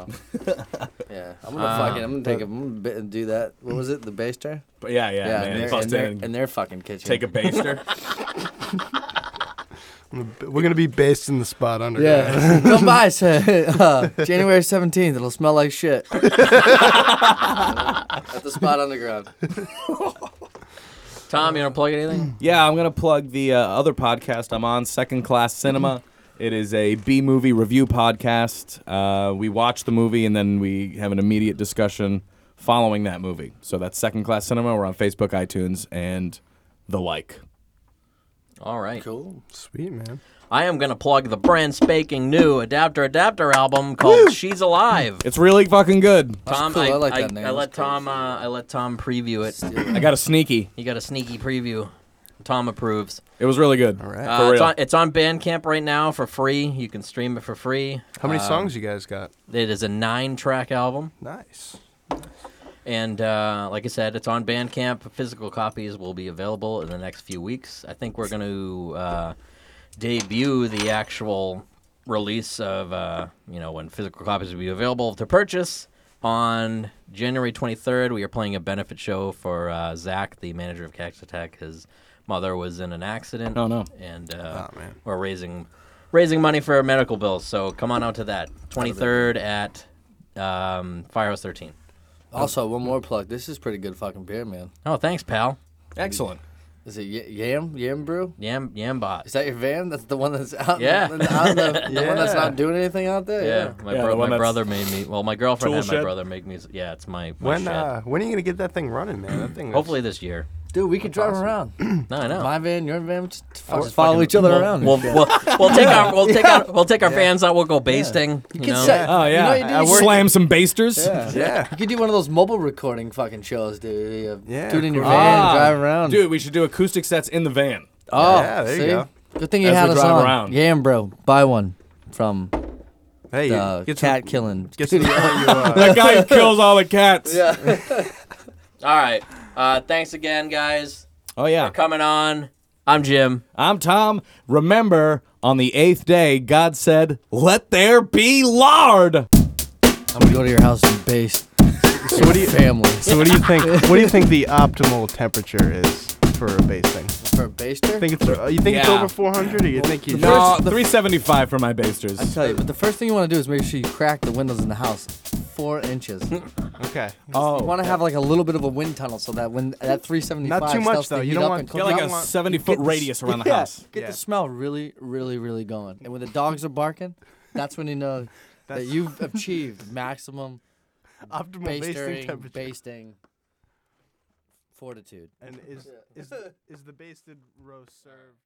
Speaker 4: know. yeah, I'm gonna fucking, I'm gonna take, a, I'm gonna bi- do that. What was it? The baster?
Speaker 1: But yeah, yeah,
Speaker 4: in
Speaker 1: man.
Speaker 4: their-
Speaker 1: Bust
Speaker 4: in
Speaker 1: in
Speaker 4: their,
Speaker 1: and
Speaker 4: in their fucking kitchen.
Speaker 1: take a baster.
Speaker 5: We're gonna be based in the spot under.
Speaker 4: yeah, come by, say, uh, January 17th. It'll smell like shit. At the spot underground.
Speaker 3: Tom, you want to plug anything?
Speaker 1: Yeah, I'm gonna plug the uh, other podcast I'm on, Second Class Cinema. It is a B movie review podcast. Uh, we watch the movie and then we have an immediate discussion following that movie. So that's Second Class Cinema. We're on Facebook, iTunes, and the like.
Speaker 3: All right.
Speaker 4: Cool.
Speaker 5: Sweet man.
Speaker 3: I am going to plug the brand spanking new Adapter Adapter album called She's Alive.
Speaker 1: It's really fucking good.
Speaker 3: Tom,
Speaker 4: cool.
Speaker 3: I,
Speaker 4: I like
Speaker 3: I-
Speaker 4: that name.
Speaker 3: I let
Speaker 4: That's cool.
Speaker 3: Tom, uh, I let Tom preview it.
Speaker 1: I got a sneaky.
Speaker 3: He got a sneaky preview. Tom approves.
Speaker 1: It was really good.
Speaker 5: right.
Speaker 1: For
Speaker 3: Uh,
Speaker 1: real.
Speaker 3: It's, on, it's on Bandcamp right now for free. You can stream it for free.
Speaker 5: How many
Speaker 4: Um,
Speaker 3: Uh,
Speaker 5: songs you guys got?
Speaker 3: It is a nine-track album,
Speaker 5: Nice.
Speaker 3: and uh, like I said, it's on Bandcamp. Physical copies will be available in the next few weeks. I think we're going to uh, debut the actual release of uh, you know when physical copies will be available to purchase on January 23rd. We are playing a benefit show for uh, Zach, the manager of Cactus Attack. His mother was in an accident.
Speaker 1: Oh, no.
Speaker 3: And uh,
Speaker 5: Oh, man.
Speaker 3: we're raising raising money for medical bills. So come on out to that 23rd at um, Firehouse 13.
Speaker 4: Also, one more plug. This is pretty good fucking beer, man.
Speaker 3: Oh, thanks, pal.
Speaker 1: Excellent.
Speaker 4: Is it y- Yam Yam Brew?
Speaker 3: Yam Yambot.
Speaker 4: Is that your van? That's the one that's out.
Speaker 3: Yeah.
Speaker 4: the, out the, the one that's
Speaker 5: Yeah.
Speaker 4: not doing anything out there.
Speaker 3: Yeah, my,
Speaker 1: Yeah,
Speaker 3: bro-
Speaker 1: the one
Speaker 3: my
Speaker 1: that's-
Speaker 3: brother made me. Well, my girlfriend
Speaker 1: Tool
Speaker 3: and my
Speaker 1: shed?
Speaker 3: brother make me. s- Yeah, it's my, my
Speaker 5: When
Speaker 3: shed.
Speaker 5: uh, when are you gonna get that thing running, man? That thing.
Speaker 3: Hopefully this year.
Speaker 4: dude, we could drive around.
Speaker 3: No, I know.
Speaker 4: My van, your van, just fucking
Speaker 5: Just
Speaker 4: follow
Speaker 5: fucking-
Speaker 4: each other
Speaker 5: we'll-
Speaker 4: around.
Speaker 3: We'll, we'll, we'll take our we'll take our we'll take our
Speaker 5: Yeah.
Speaker 3: fans out. We'll go basting.
Speaker 4: you
Speaker 3: You,
Speaker 4: could
Speaker 3: know?
Speaker 4: say,
Speaker 1: Oh,
Speaker 4: you know
Speaker 1: yeah.
Speaker 4: what you do? You should-
Speaker 1: Slam some basters.
Speaker 5: that's- Yeah.
Speaker 4: You could do one of those mobile recording fucking shows, dude. You
Speaker 5: Yeah,
Speaker 4: do it in your
Speaker 5: cool.
Speaker 4: van,
Speaker 1: Ah,
Speaker 4: drive around.
Speaker 1: Dude, we should do acoustic sets in the van.
Speaker 4: oh,
Speaker 5: Yeah, there you
Speaker 4: see?
Speaker 5: go.
Speaker 4: Good thing you
Speaker 1: As
Speaker 4: had
Speaker 1: we
Speaker 4: us
Speaker 1: drive
Speaker 4: on.
Speaker 1: around.
Speaker 4: Yam, bro, buy one from
Speaker 5: Hey, you
Speaker 4: uh,
Speaker 5: get
Speaker 4: cat
Speaker 5: Some,
Speaker 4: killing.
Speaker 5: get some. you, uh,
Speaker 1: That guy who kills all the cats. Yeah.
Speaker 3: All right. Uh, thanks again, guys,
Speaker 1: Oh, yeah.
Speaker 3: for coming on. I'm Jim.
Speaker 1: I'm Tom. Remember, on the eighth day, God said, Let there be lard.
Speaker 4: I'm gonna go to your house and base. So what do you family
Speaker 5: so what do you think? What do you think the optimal temperature is for a basting?
Speaker 4: for a baster?
Speaker 5: Think it's uh, you think it's
Speaker 1: Yeah.
Speaker 5: over 400, or you think you
Speaker 1: No,
Speaker 5: just
Speaker 1: 375 for my basters.
Speaker 4: Tell you, but the first thing you want to do is make sure you crack the windows in the house four inches. you
Speaker 5: okay?
Speaker 1: Oh,
Speaker 4: want to have like a little bit of a wind tunnel so that when that 375
Speaker 5: Not too much,
Speaker 4: starts to
Speaker 5: though. You
Speaker 4: heat
Speaker 5: don't
Speaker 4: up
Speaker 5: want-
Speaker 4: and
Speaker 5: Get
Speaker 1: got
Speaker 4: cook
Speaker 1: like
Speaker 5: I
Speaker 1: a
Speaker 5: want-
Speaker 1: 70 foot radius around the
Speaker 4: yeah,
Speaker 1: house.
Speaker 4: Get
Speaker 5: Yeah.
Speaker 4: the smell really, really, really going. And when the dogs are barking, that's when you know that
Speaker 5: That's-
Speaker 4: you've achieved maximum
Speaker 5: Optimal basting
Speaker 4: bastering,
Speaker 5: temperature.
Speaker 4: basting fortitude.
Speaker 5: And is is is the basted roast served?